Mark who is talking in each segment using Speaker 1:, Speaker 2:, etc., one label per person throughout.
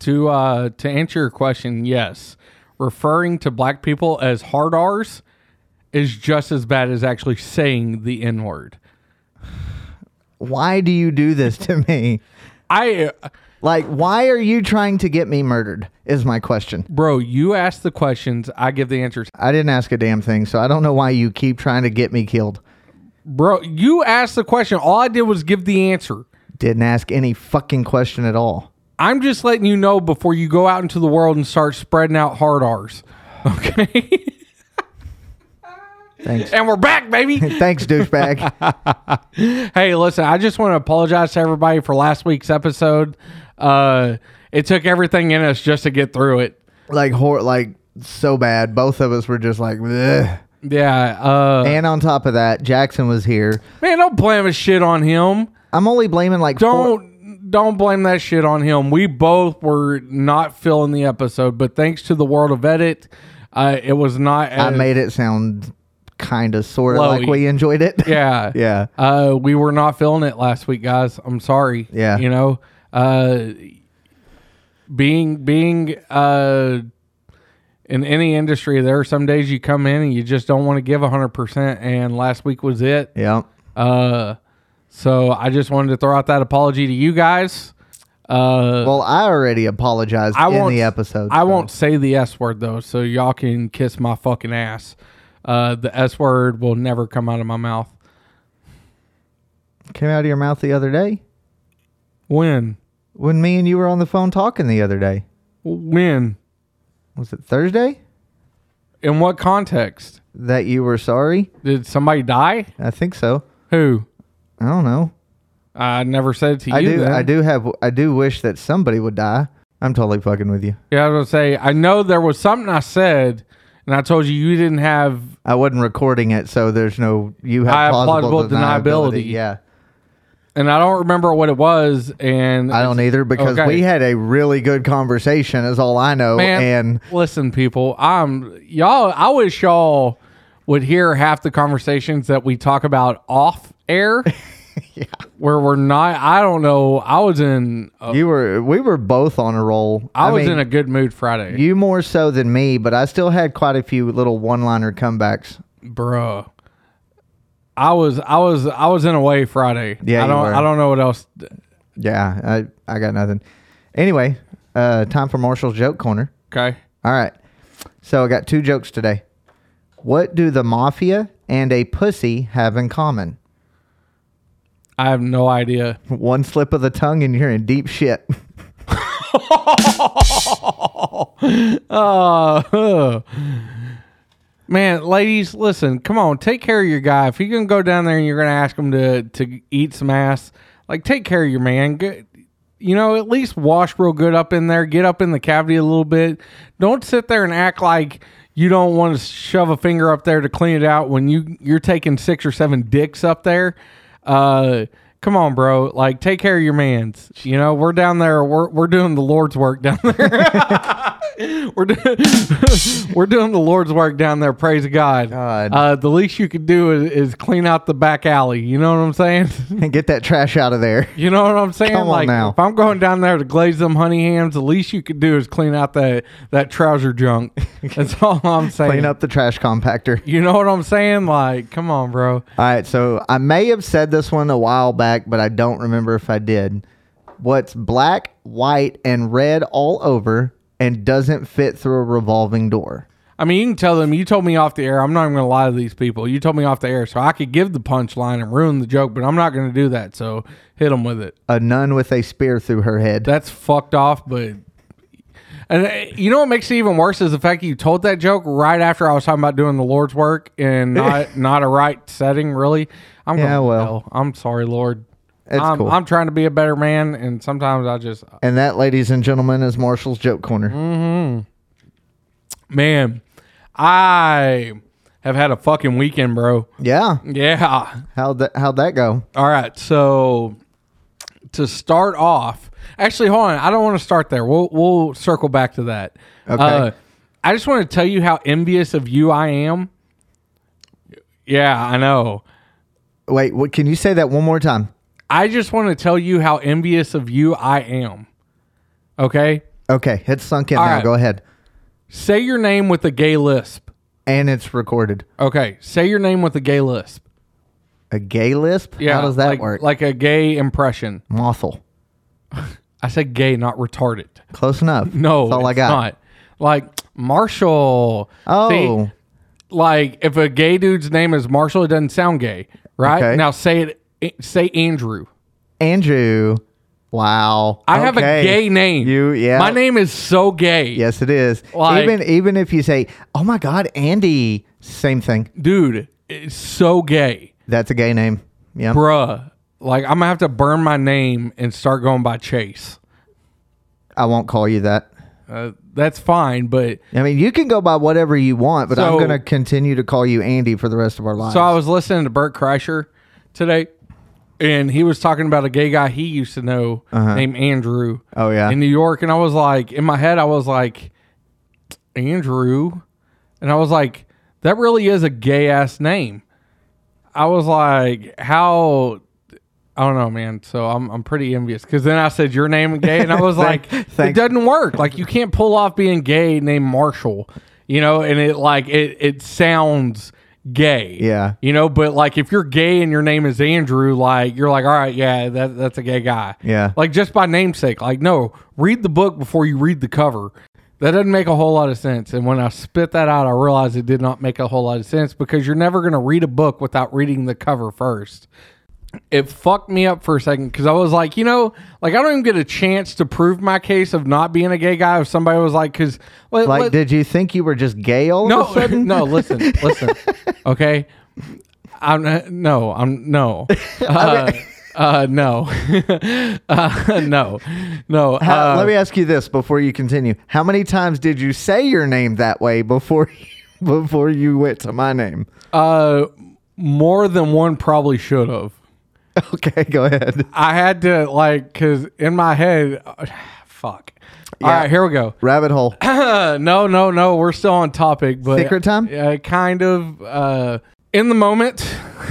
Speaker 1: to uh, to answer your question, yes, referring to black people as hard R's is just as bad as actually saying the N word.
Speaker 2: Why do you do this to me?
Speaker 1: I, uh,
Speaker 2: Like, why are you trying to get me murdered? Is my question.
Speaker 1: bro, you ask the questions, I give the answers.
Speaker 2: I didn't ask a damn thing, so I don't know why you keep trying to get me killed.
Speaker 1: Bro, you asked the question. All I did was give the answer.
Speaker 2: Didn't ask any fucking question at all.
Speaker 1: I'm just letting you know before you go out into the world and start spreading out hard R's. Okay.
Speaker 2: Thanks.
Speaker 1: and we're back, baby.
Speaker 2: Thanks, douchebag.
Speaker 1: hey, listen, I just want to apologize to everybody for last week's episode. Uh, it took everything in us just to get through it.
Speaker 2: like hor- like so bad. Both of us were just like, Bleh.
Speaker 1: Yeah. Uh,
Speaker 2: and on top of that, Jackson was here.
Speaker 1: man, don't blame a shit on him.
Speaker 2: I'm only blaming like four-
Speaker 1: Don't don't blame that shit on him. We both were not feeling the episode, but thanks to the world of edit, uh, it was not.
Speaker 2: I
Speaker 1: as-
Speaker 2: made it sound kind of sort of like
Speaker 1: Lowy.
Speaker 2: we enjoyed it.
Speaker 1: Yeah.
Speaker 2: yeah.
Speaker 1: Uh, we were not feeling it last week, guys. I'm sorry.
Speaker 2: Yeah.
Speaker 1: You know, uh, being being uh, in any industry, there are some days you come in and you just don't want to give 100%, and last week was it.
Speaker 2: Yeah.
Speaker 1: Uh, so I just wanted to throw out that apology to you guys. Uh,
Speaker 2: Well, I already apologized
Speaker 1: I
Speaker 2: in
Speaker 1: won't-
Speaker 2: the episode.
Speaker 1: I
Speaker 2: so-
Speaker 1: won't say the S word though, so y'all can kiss my fucking ass. Uh, the S word will never come out of my mouth.
Speaker 2: Came out of your mouth the other day
Speaker 1: When?
Speaker 2: when me and you were on the phone talking the other day.
Speaker 1: When?
Speaker 2: Was it Thursday
Speaker 1: In what context?
Speaker 2: that you were sorry?
Speaker 1: Did somebody die?
Speaker 2: I think so.
Speaker 1: Who?
Speaker 2: I don't know.
Speaker 1: I never said it to you.
Speaker 2: I do.
Speaker 1: then.
Speaker 2: I do have. I do wish that somebody would die. I'm totally fucking with you.
Speaker 1: Yeah, I was gonna say. I know there was something I said, and I told you you didn't have.
Speaker 2: I wasn't recording it, so there's no. You
Speaker 1: I
Speaker 2: have
Speaker 1: have
Speaker 2: plausible,
Speaker 1: plausible
Speaker 2: deniability.
Speaker 1: deniability.
Speaker 2: Yeah,
Speaker 1: And I don't remember what it was. And
Speaker 2: I don't either because
Speaker 1: Okay.
Speaker 2: we had a really good conversation. Is all I know.
Speaker 1: Man,
Speaker 2: and
Speaker 1: listen, people, I'm y'all. I wish y'all would hear half the conversations that we talk about off air. Where we're not, I don't know. I was in, a,
Speaker 2: you were. We were both on a roll.
Speaker 1: I, was
Speaker 2: mean,
Speaker 1: in a good mood Friday,
Speaker 2: You more so than me, but I still had quite a few little one-liner comebacks.
Speaker 1: bruh. I was, I was, I was in a way Friday.
Speaker 2: Yeah,
Speaker 1: I
Speaker 2: you
Speaker 1: don't,
Speaker 2: were.
Speaker 1: I don't know what else.
Speaker 2: Yeah, I I got nothing. Anyway, uh, time for Marshall's joke corner.
Speaker 1: Okay,
Speaker 2: All right. So I got two jokes today. What do the mafia and a pussy have in common?
Speaker 1: I have no idea.
Speaker 2: One slip of the tongue and you're in deep shit.
Speaker 1: Uh, huh. man, ladies, listen, come on, take care of your guy. If you're gonna go down there and you're gonna ask him to to eat some ass, like take care of your man. Go- You know, at least wash real good up in there. Get up in the cavity a little bit. Don't sit there and act like you don't want to shove a finger up there to clean it out when you you're taking six or seven dicks up there. Uh, come on, bro. Like, take care of your man's. You know, we're down there. We're we're doing the Lord's work down there we're doing we're doing the Lord's work down there. Praise God.
Speaker 2: God.
Speaker 1: Uh, the least you could do is, is clean out the back alley. You know what I'm saying?
Speaker 2: and get that trash out of there.
Speaker 1: You know what I'm saying?
Speaker 2: Come on
Speaker 1: like
Speaker 2: now.
Speaker 1: if I'm going down there to glaze them honey hams, the least you could do is clean out that that trouser junk. That's all I'm saying.
Speaker 2: Clean up the trash compactor.
Speaker 1: You know what I'm saying? Like, come on, bro.
Speaker 2: All right, so I may have said this one a while back, but I don't remember if I did. What's black, white, and red all over and doesn't fit through a revolving door?
Speaker 1: I mean, you can tell them. You told me off the air. I'm not even gonna lie to these people. You told me off the air, so I could give the punchline and ruin the joke, but I'm not gonna do that. So hit them with it.
Speaker 2: A nun with a spear through her head.
Speaker 1: that's fucked off, but. And uh, you know what makes it even worse is the fact that you told that joke right after I was talking about doing the Lord's work and not not a right setting, really. I'm
Speaker 2: Yeah,
Speaker 1: going to
Speaker 2: well.
Speaker 1: hell. I'm sorry, Lord.
Speaker 2: It's
Speaker 1: I'm,
Speaker 2: cool.
Speaker 1: I'm trying to be a better man, and sometimes I just,
Speaker 2: and that, ladies and gentlemen, is Marshall's joke corner.
Speaker 1: Mm. man, I have had a fucking weekend, bro.
Speaker 2: Yeah.
Speaker 1: Yeah.
Speaker 2: How'd that, how'd that go?
Speaker 1: All right, so to start off, actually, hold on. I don't want to start there. We'll we'll circle back to that. Uh,
Speaker 2: Okay.
Speaker 1: I just want to tell you how envious of you I am. Yeah, I know.
Speaker 2: Wait, what, can you say that one more time?
Speaker 1: I just want to tell you how envious of you I am. Okay.
Speaker 2: Okay, it's sunk in
Speaker 1: All
Speaker 2: now.
Speaker 1: right.
Speaker 2: Go ahead.
Speaker 1: Say your name with a gay lisp.
Speaker 2: And it's recorded.
Speaker 1: Okay, say your name with a gay lisp.
Speaker 2: A gay lisp?
Speaker 1: Yeah,
Speaker 2: How does that
Speaker 1: like,
Speaker 2: work?
Speaker 1: Like a gay impression.
Speaker 2: Mothel.
Speaker 1: I said gay, not retarded.
Speaker 2: Close enough.
Speaker 1: No,
Speaker 2: That's all I
Speaker 1: it's
Speaker 2: got.
Speaker 1: not. Like Marshall.
Speaker 2: Oh.
Speaker 1: See, like if a gay dude's name is Marshall, it doesn't sound gay, right?
Speaker 2: Okay.
Speaker 1: Now say it. Say Andrew.
Speaker 2: Andrew. Wow.
Speaker 1: I have a
Speaker 2: Okay.
Speaker 1: gay name.
Speaker 2: You yeah.
Speaker 1: My name is so gay.
Speaker 2: Yes, it is.
Speaker 1: Like-
Speaker 2: even even if you say, "Oh my God, Andy," same thing.
Speaker 1: dude, it's so gay,
Speaker 2: That's a gay name. Yeah.
Speaker 1: bruh. Like I'm gonna have to burn my name and start going by Chase.
Speaker 2: I won't call you that.
Speaker 1: Uh, that's fine, but
Speaker 2: I mean, you can go by whatever you want, but I'm
Speaker 1: So-
Speaker 2: going to continue to call you Andy for the rest of our lives.
Speaker 1: So I was listening to Bert Kreischer today, and he was talking about a gay guy he used to know
Speaker 2: Uh-huh.
Speaker 1: named Andrew
Speaker 2: oh yeah.
Speaker 1: in New York. And I was like, in my head, I was like, Andrew. And I was like, that really is a gay ass name. I was like, how. I don't know, man. So I'm, I'm pretty envious because then I said your name gay, and I was like, it
Speaker 2: thanks.
Speaker 1: doesn't work. Like you can't pull off being gay named Marshall, you know. And it like it it sounds gay,
Speaker 2: Yeah.
Speaker 1: you know. But like if you're gay and your name is Andrew, like you're like, all right, yeah, that that's a gay guy,
Speaker 2: Yeah.
Speaker 1: like just by namesake. Like, no, read the book before you read the cover. That doesn't make a whole lot of sense. And when I spit that out, I realized it did not make a whole lot of sense because you're never going to read a book without reading the cover first. It fucked me up for a second because I was like, you know, like I don't even get a chance to prove my case of not being a gay guy if somebody was like, because
Speaker 2: like, did you think you were just gay all of a
Speaker 1: no,
Speaker 2: sudden?
Speaker 1: no, listen, listen, okay. I'm not- no, I'm no, uh, uh, no, uh, no, no.
Speaker 2: How-
Speaker 1: uh,
Speaker 2: let me ask you this before you continue. How many times did you say your name that way before before you went to my name?
Speaker 1: uh, more than one probably should have.
Speaker 2: Okay, go ahead.
Speaker 1: I had to like, cause in my head, uh, fuck. All
Speaker 2: Yeah.
Speaker 1: right, here we go.
Speaker 2: Rabbit hole.
Speaker 1: no, no, no. We're still on topic, but
Speaker 2: Secret time?
Speaker 1: Uh, kind of. Uh, in the moment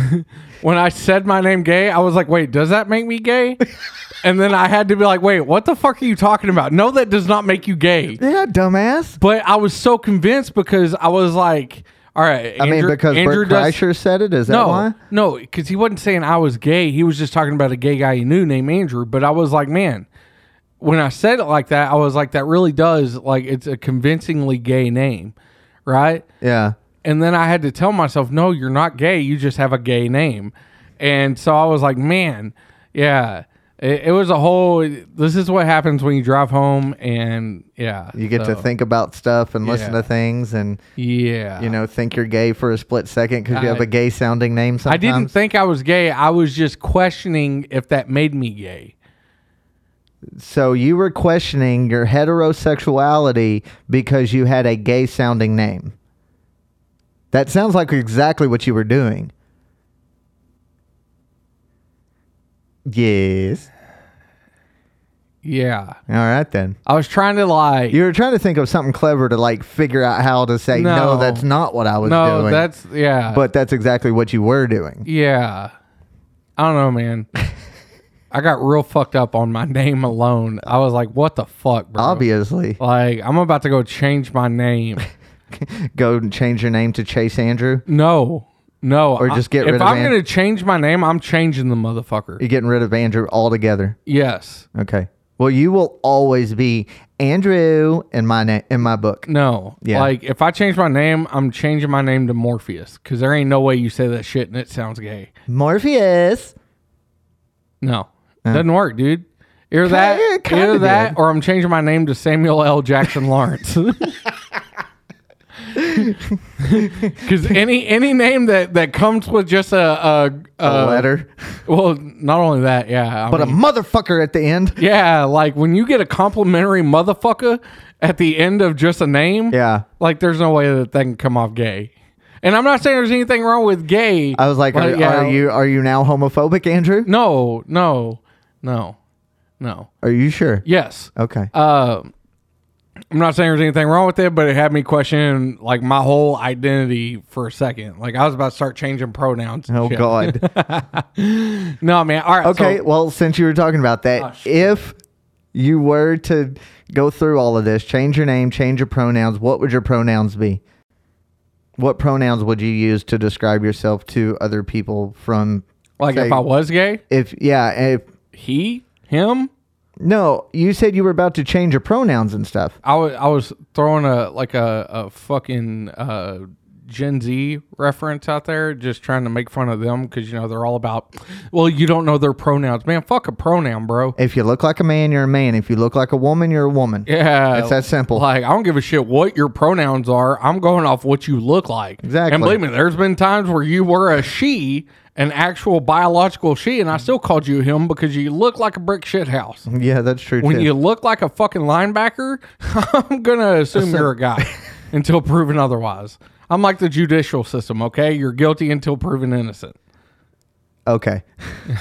Speaker 1: when I said my name gay, I was like, "Wait, does that make me gay?" and then I had to be like, "Wait, what the fuck are you talking about? No, that does not make you gay."
Speaker 2: yeah, dumbass.
Speaker 1: But I was so convinced because I was like, "All right."
Speaker 2: I mean, because Bert Kreischer said it. Is that
Speaker 1: no,
Speaker 2: why?
Speaker 1: no, because he wasn't saying I was gay. He was just talking about a gay guy he knew named Andrew. But I was like, man, when I said it like that, I was like, that really does like it's a convincingly gay name, right?
Speaker 2: Yeah.
Speaker 1: And then I had to tell myself, no, you're not gay. You just have a gay name. And so I was like, man, yeah. It, it was a whole. This is what happens when you drive home, and yeah,
Speaker 2: You get
Speaker 1: so,
Speaker 2: to think about stuff and listen
Speaker 1: Yeah.
Speaker 2: to things and,
Speaker 1: Yeah,
Speaker 2: you know, think you're gay for a split second because you have
Speaker 1: I-
Speaker 2: a gay sounding name
Speaker 1: I
Speaker 2: sometimes.
Speaker 1: didn't think I was gay. I was just questioning if that made me gay.
Speaker 2: So you were questioning your heterosexuality because you had a gay sounding name. That sounds like exactly what you were doing. Yes.
Speaker 1: Yeah.
Speaker 2: All right then.
Speaker 1: I was trying to like
Speaker 2: You were trying to think of something clever to like figure out how to say no,
Speaker 1: No.
Speaker 2: that's not what I was
Speaker 1: No,
Speaker 2: doing.
Speaker 1: that's yeah.
Speaker 2: but that's exactly what you were doing.
Speaker 1: yeah. I don't know, man. I got real fucked up on my name alone. I was like, what the fuck, bro?
Speaker 2: Obviously.
Speaker 1: Like, I'm about to go change my name.
Speaker 2: Go and change your name to Chase Andrew.
Speaker 1: No. No. Or
Speaker 2: just get
Speaker 1: If
Speaker 2: rid of E
Speaker 1: I'm
Speaker 2: Ant-
Speaker 1: gonna change my name, I'm changing the motherfucker.
Speaker 2: You're getting rid of Andrew altogether.
Speaker 1: Yes.
Speaker 2: Okay. Well, you will always be Andrew in my na- in my book.
Speaker 1: No.
Speaker 2: Yeah.
Speaker 1: Like if I change my name, I'm changing my name to Morpheus. Cause there ain't no way you say that shit and it sounds gay.
Speaker 2: Morpheus.
Speaker 1: No, doesn't work, dude. Either
Speaker 2: yeah,
Speaker 1: that,
Speaker 2: it kinda
Speaker 1: either that,
Speaker 2: did.
Speaker 1: or I'm changing my name to Samuel L. Jackson Lawrence. Because any any name that that comes with just a, a,
Speaker 2: A
Speaker 1: a-
Speaker 2: letter,
Speaker 1: well, not only that, yeah, I
Speaker 2: but a
Speaker 1: mean,
Speaker 2: motherfucker at the end.
Speaker 1: yeah, like when you get a complimentary motherfucker at the end of just a name,
Speaker 2: Yeah.
Speaker 1: like there's no way that that can come off gay. And I'm not saying there's anything wrong with gay.
Speaker 2: I was like,
Speaker 1: but
Speaker 2: are, are you are you now homophobic, Andrew?
Speaker 1: No, no, no, no.
Speaker 2: Are you sure?
Speaker 1: Yes.
Speaker 2: Okay.
Speaker 1: uh, I'm not saying there's anything wrong with it, but it had me question like my whole identity for a second. Like I was about to start changing pronouns. and
Speaker 2: oh
Speaker 1: shit.
Speaker 2: God.
Speaker 1: No, man. All right.
Speaker 2: Okay.
Speaker 1: so- Oh,
Speaker 2: well, since you were talking about that, if you were to go through all of this, change your name, change your pronouns, what would your pronouns be? What pronouns would you use to describe yourself to other people from
Speaker 1: Like
Speaker 2: say,
Speaker 1: if I was gay,
Speaker 2: if yeah, if
Speaker 1: he, him,
Speaker 2: no, you said you were about to change your pronouns and stuff.
Speaker 1: I was I was throwing a like a, a fucking uh, Gen Z reference out there, just trying to make fun of them because you know they're all about. Well, you don't know their pronouns, man. Fuck a pronoun, bro.
Speaker 2: If you look like a man, you're a man. If you look like a woman, you're a woman.
Speaker 1: Yeah,
Speaker 2: It's that simple.
Speaker 1: Like I don't give a shit what your pronouns are. I'm going off what you look like.
Speaker 2: Exactly.
Speaker 1: And believe me, there's been times where you were a she, an actual biological she, and I still called you him because you look like a brick shit house.
Speaker 2: Yeah, that's true
Speaker 1: When
Speaker 2: too.
Speaker 1: you look like a fucking linebacker, I'm gonna assume you're a guy until proven otherwise. I'm like the judicial system, okay? You're guilty until proven innocent.
Speaker 2: okay.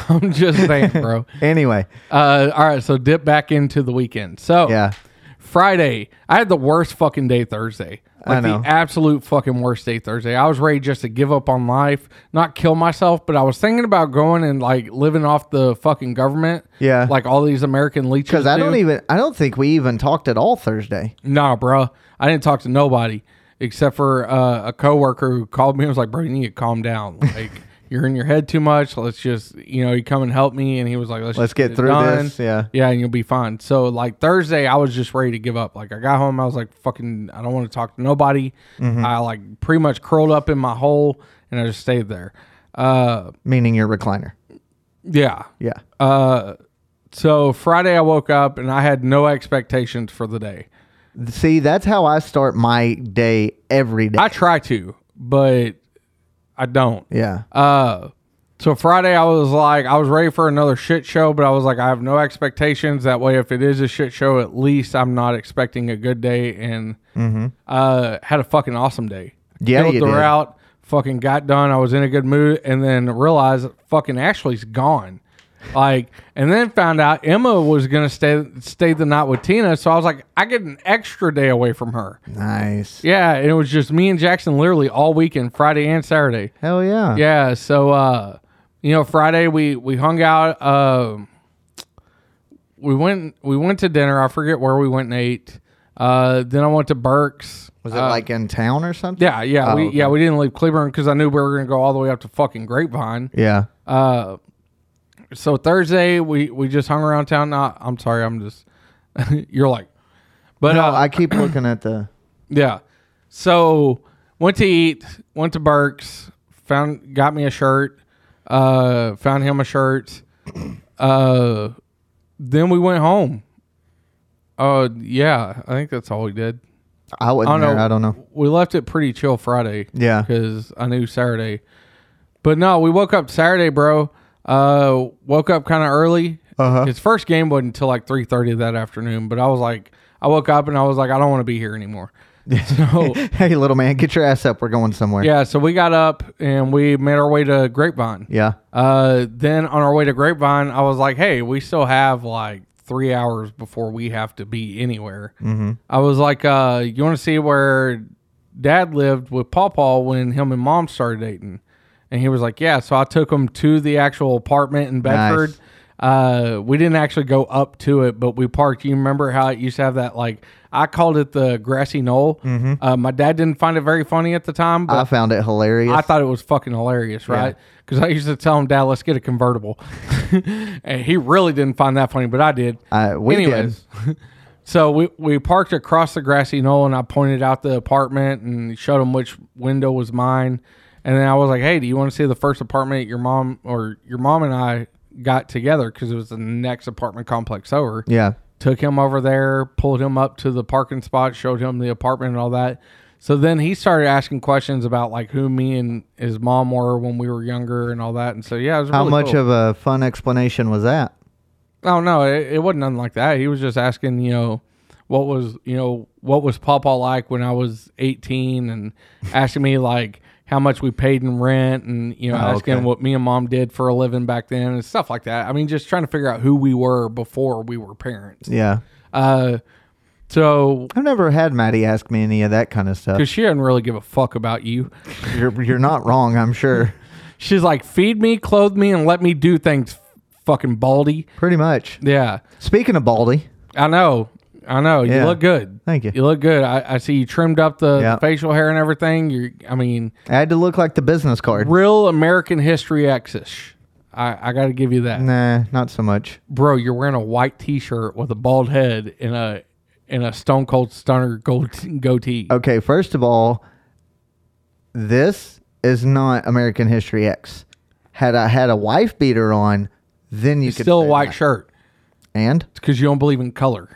Speaker 1: I'm just saying, bro.
Speaker 2: Anyway,
Speaker 1: Uh, all right, so dip back into the weekend. So
Speaker 2: yeah.
Speaker 1: Friday, I had the worst fucking day Thursday. Like
Speaker 2: I know.
Speaker 1: the absolute fucking worst day Thursday. I was ready just to give up on life, not kill myself, but I was thinking about going and like living off the fucking government.
Speaker 2: Yeah.
Speaker 1: Like all these American leeches.
Speaker 2: Because I
Speaker 1: do.
Speaker 2: don't even I don't think we even talked at all Thursday.
Speaker 1: Nah, bro. I didn't talk to nobody except for uh, a coworker who called me and was like, "Bro, you need to calm down. Like, you're in your head too much. Let's just, you know, you come and help me." And he was like, "Let's,
Speaker 2: Let's
Speaker 1: just
Speaker 2: get
Speaker 1: it
Speaker 2: through
Speaker 1: done.
Speaker 2: this, yeah.
Speaker 1: yeah, and you'll be fine." So like Thursday, I was just ready to give up. Like I got home, I was like, "Fucking, I don't want to talk to nobody."
Speaker 2: Mm-hmm.
Speaker 1: I like pretty much curled up in my hole and I just stayed there. Uh,
Speaker 2: Meaning your recliner.
Speaker 1: yeah.
Speaker 2: Yeah.
Speaker 1: Uh, so Friday, I woke up and I had no expectations for the day.
Speaker 2: See, that's how I start my day every day.
Speaker 1: I try to, but I don't.
Speaker 2: yeah.
Speaker 1: Uh, so Friday, I was like, I was ready for another shit show, but I was like, I have no expectations. That way, if it is a shit show, at least I'm not expecting a good day. And uh, had a fucking awesome day.
Speaker 2: Mm-hmm. Yeah,
Speaker 1: Killed
Speaker 2: you
Speaker 1: the
Speaker 2: did.
Speaker 1: route. Fucking got done. I was in a good mood, and then realized fucking Ashley's gone. Like, and then found out Emma was gonna stay stay the night with Tina. So I was like, I get an extra day away from her.
Speaker 2: Nice.
Speaker 1: Yeah, and it was just me and Jackson literally all weekend, Friday and Saturday.
Speaker 2: Hell yeah.
Speaker 1: Yeah, so uh, you know, Friday we we hung out. Um, we went we went to dinner. I forget where we went and ate. Uh, then I went to Burke's.
Speaker 2: Was it like in town or something?
Speaker 1: Uh, Yeah, yeah,
Speaker 2: Oh,
Speaker 1: we
Speaker 2: okay.
Speaker 1: yeah we didn't leave Cleburne because I knew we were gonna go all the way up to fucking Grapevine.
Speaker 2: Yeah.
Speaker 1: Uh, so Thursday we we just hung around town. Nah, I'm sorry, I'm just you're like, but
Speaker 2: No,
Speaker 1: uh,
Speaker 2: I keep looking at the
Speaker 1: Yeah. So went to eat, went to Burke's, found got me a shirt, uh, found him a shirt. Uh, then we went home. Uh, yeah, I think that's all we did.
Speaker 2: I
Speaker 1: I
Speaker 2: wasn't
Speaker 1: don't
Speaker 2: there.
Speaker 1: know.
Speaker 2: I don't know.
Speaker 1: We left it pretty chill Friday.
Speaker 2: Yeah.
Speaker 1: Because I knew Saturday. But no, we woke up Saturday, bro. Uh, woke up kind of early.
Speaker 2: Uh-huh.
Speaker 1: His first game wasn't until like three thirty that afternoon. But I was like, I woke up and I was like, I don't want to be here anymore. So
Speaker 2: Hey little man, get your ass up. We're going somewhere.
Speaker 1: yeah, so we got up and we made our way to Grapevine.
Speaker 2: Yeah.
Speaker 1: Uh, then on our way to Grapevine, I was like, hey, we still have like three hours before we have to be anywhere. Mm-hmm. I was like, uh, you want to see where dad lived with Paw Paw when him and mom started dating? And he was like, yeah. So I took him to the actual apartment in Bedford. Uh, we didn't actually go up to it, but we parked. You remember how it used to have that like I called it the grassy knoll. Uh, my dad didn't find it very funny at the time, but
Speaker 2: I found it hilarious.
Speaker 1: I thought it was fucking hilarious, right? Because I used to tell him, Dad, let's get a convertible. and he really didn't find that funny, but I did.
Speaker 2: Uh, we did.
Speaker 1: so we, we parked across the grassy knoll and I pointed out the apartment and showed him which window was mine. And then I was like, hey, do you want to see the first apartment your mom or your mom and I got together? Because it was the next apartment complex over
Speaker 2: yeah.
Speaker 1: took him over there, pulled him up to the parking spot, showed him the apartment and all that. So then he started asking questions about like who me and his mom were when we were younger and all that. And so yeah, it was
Speaker 2: How
Speaker 1: really
Speaker 2: much
Speaker 1: cool.
Speaker 2: of a fun explanation was that?
Speaker 1: I don't know. It, it wasn't nothing like that. He was just asking, you know, what was you know what was Papa like when I was eighteen, and asking me like how much we paid in rent, and you know asking
Speaker 2: Oh, okay.
Speaker 1: what me and mom did for a living back then and stuff like that. I mean, just trying to figure out who we were before we were parents.
Speaker 2: Yeah.
Speaker 1: Uh, so
Speaker 2: I've never had Maddie ask me any of that kind of stuff.
Speaker 1: because she doesn't really give a fuck about you.
Speaker 2: You're, you're not wrong, I'm sure.
Speaker 1: She's like, feed me, clothe me, and let me do things, fucking baldy.
Speaker 2: Pretty much.
Speaker 1: Yeah.
Speaker 2: Speaking of Baldy,
Speaker 1: I know. I know. You
Speaker 2: Yeah.
Speaker 1: look good.
Speaker 2: Thank you.
Speaker 1: You look good. I, I see you trimmed up the,
Speaker 2: Yeah.
Speaker 1: the facial hair and everything. You're, I mean,
Speaker 2: I had to look like the business card.
Speaker 1: real American history X-ish. I, I got to give you that,
Speaker 2: Nah, not so much.
Speaker 1: bro. You're wearing a white T-shirt with a bald head and a and a Stone Cold Stunner gold goatee.
Speaker 2: Okay, first of all, this is not American History X. Had I had a wife beater on, then you could
Speaker 1: Still a
Speaker 2: say
Speaker 1: white
Speaker 2: that.
Speaker 1: shirt.
Speaker 2: And
Speaker 1: It's because you don't believe in color.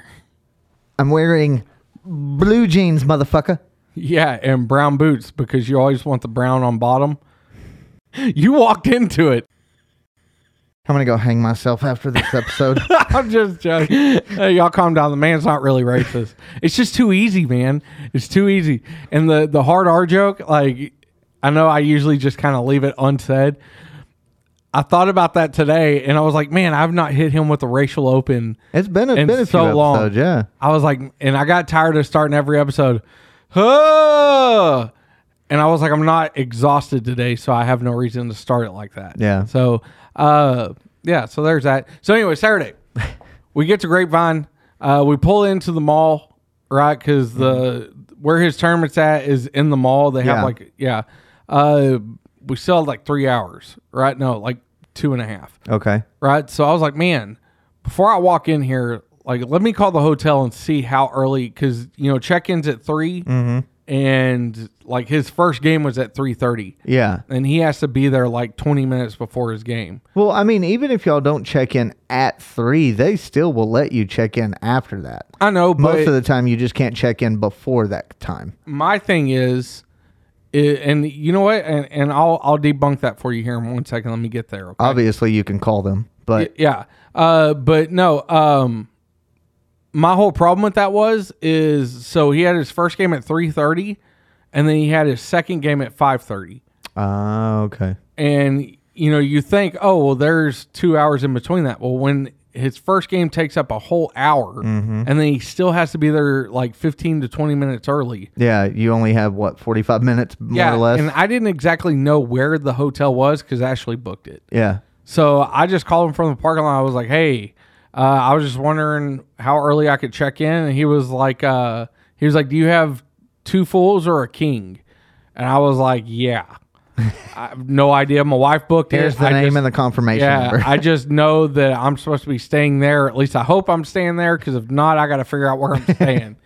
Speaker 2: I'm wearing blue jeans, motherfucker.
Speaker 1: Yeah, and brown boots because you always want the brown on bottom. You walked into it.
Speaker 2: I'm gonna go hang myself after this episode.
Speaker 1: I'm just joking. Hey, y'all calm down. The man's not really racist. It's just too easy, man. It's too easy. And the the hard R joke, like I know I usually just kind of leave it unsaid. I thought about that today and I was like, man, I've not hit him with a racial open.
Speaker 2: It's been a,
Speaker 1: And
Speaker 2: been a few
Speaker 1: so long.
Speaker 2: episodes, yeah.
Speaker 1: I was like, and I got tired of starting every episode. Huh. And I was like, I'm not exhausted today, so I have no reason to start it like that.
Speaker 2: Yeah.
Speaker 1: So, uh, yeah. So there's that. So anyway, Saturday, we get to Grapevine. Uh, we pull into the mall, right? Because the where his tournament's at is in the mall. They have
Speaker 2: Mm-hmm. Yeah.
Speaker 1: like yeah. Uh, we still had like three hours, right? No, like two and a half
Speaker 2: Okay.
Speaker 1: right? So I was like, man, before I walk in here, like, let me call the hotel and see how early, because you know, check-ins at 3
Speaker 2: Mm-hmm.
Speaker 1: and like his first game was at three thirty,
Speaker 2: Yeah.
Speaker 1: and he has to be there like twenty minutes before his game.
Speaker 2: Well, I mean, even if y'all don't check in at three, they still will let you check in after that.
Speaker 1: I know,
Speaker 2: Most
Speaker 1: but
Speaker 2: of the time, you just can't check in before that time.
Speaker 1: my thing is. i and you know what? And, and I'll I'll debunk that for you here in one second. Let me get there. Okay?
Speaker 2: Obviously, you can call them, but
Speaker 1: yeah uh but no um my whole problem with that was is so he had his first game at 3.30 and then he had his second game at 5.30
Speaker 2: ah, okay,
Speaker 1: and you know you think oh well there's two hours in between that well when his first game takes up a whole hour
Speaker 2: Mm-hmm.
Speaker 1: and then he still has to be there like 15 to 20 minutes early
Speaker 2: yeah, you only have what forty-five minutes, more
Speaker 1: yeah
Speaker 2: or less.
Speaker 1: and i didn't exactly know where the hotel was because ashley booked it
Speaker 2: yeah,
Speaker 1: So I just called him from the parking lot. I was like, "Hey, uh, I was just wondering how early I could check in." And he was like, uh, "He was like, do you have two fools or a king?" And I was like, "Yeah, I have no idea. My wife booked
Speaker 2: there's
Speaker 1: it.
Speaker 2: the
Speaker 1: I
Speaker 2: name
Speaker 1: just-
Speaker 2: and the confirmation
Speaker 1: yeah,
Speaker 2: number.
Speaker 1: I just know that I'm supposed to be staying there. At least I hope I'm staying there. Because if not, I got to figure out where I'm staying."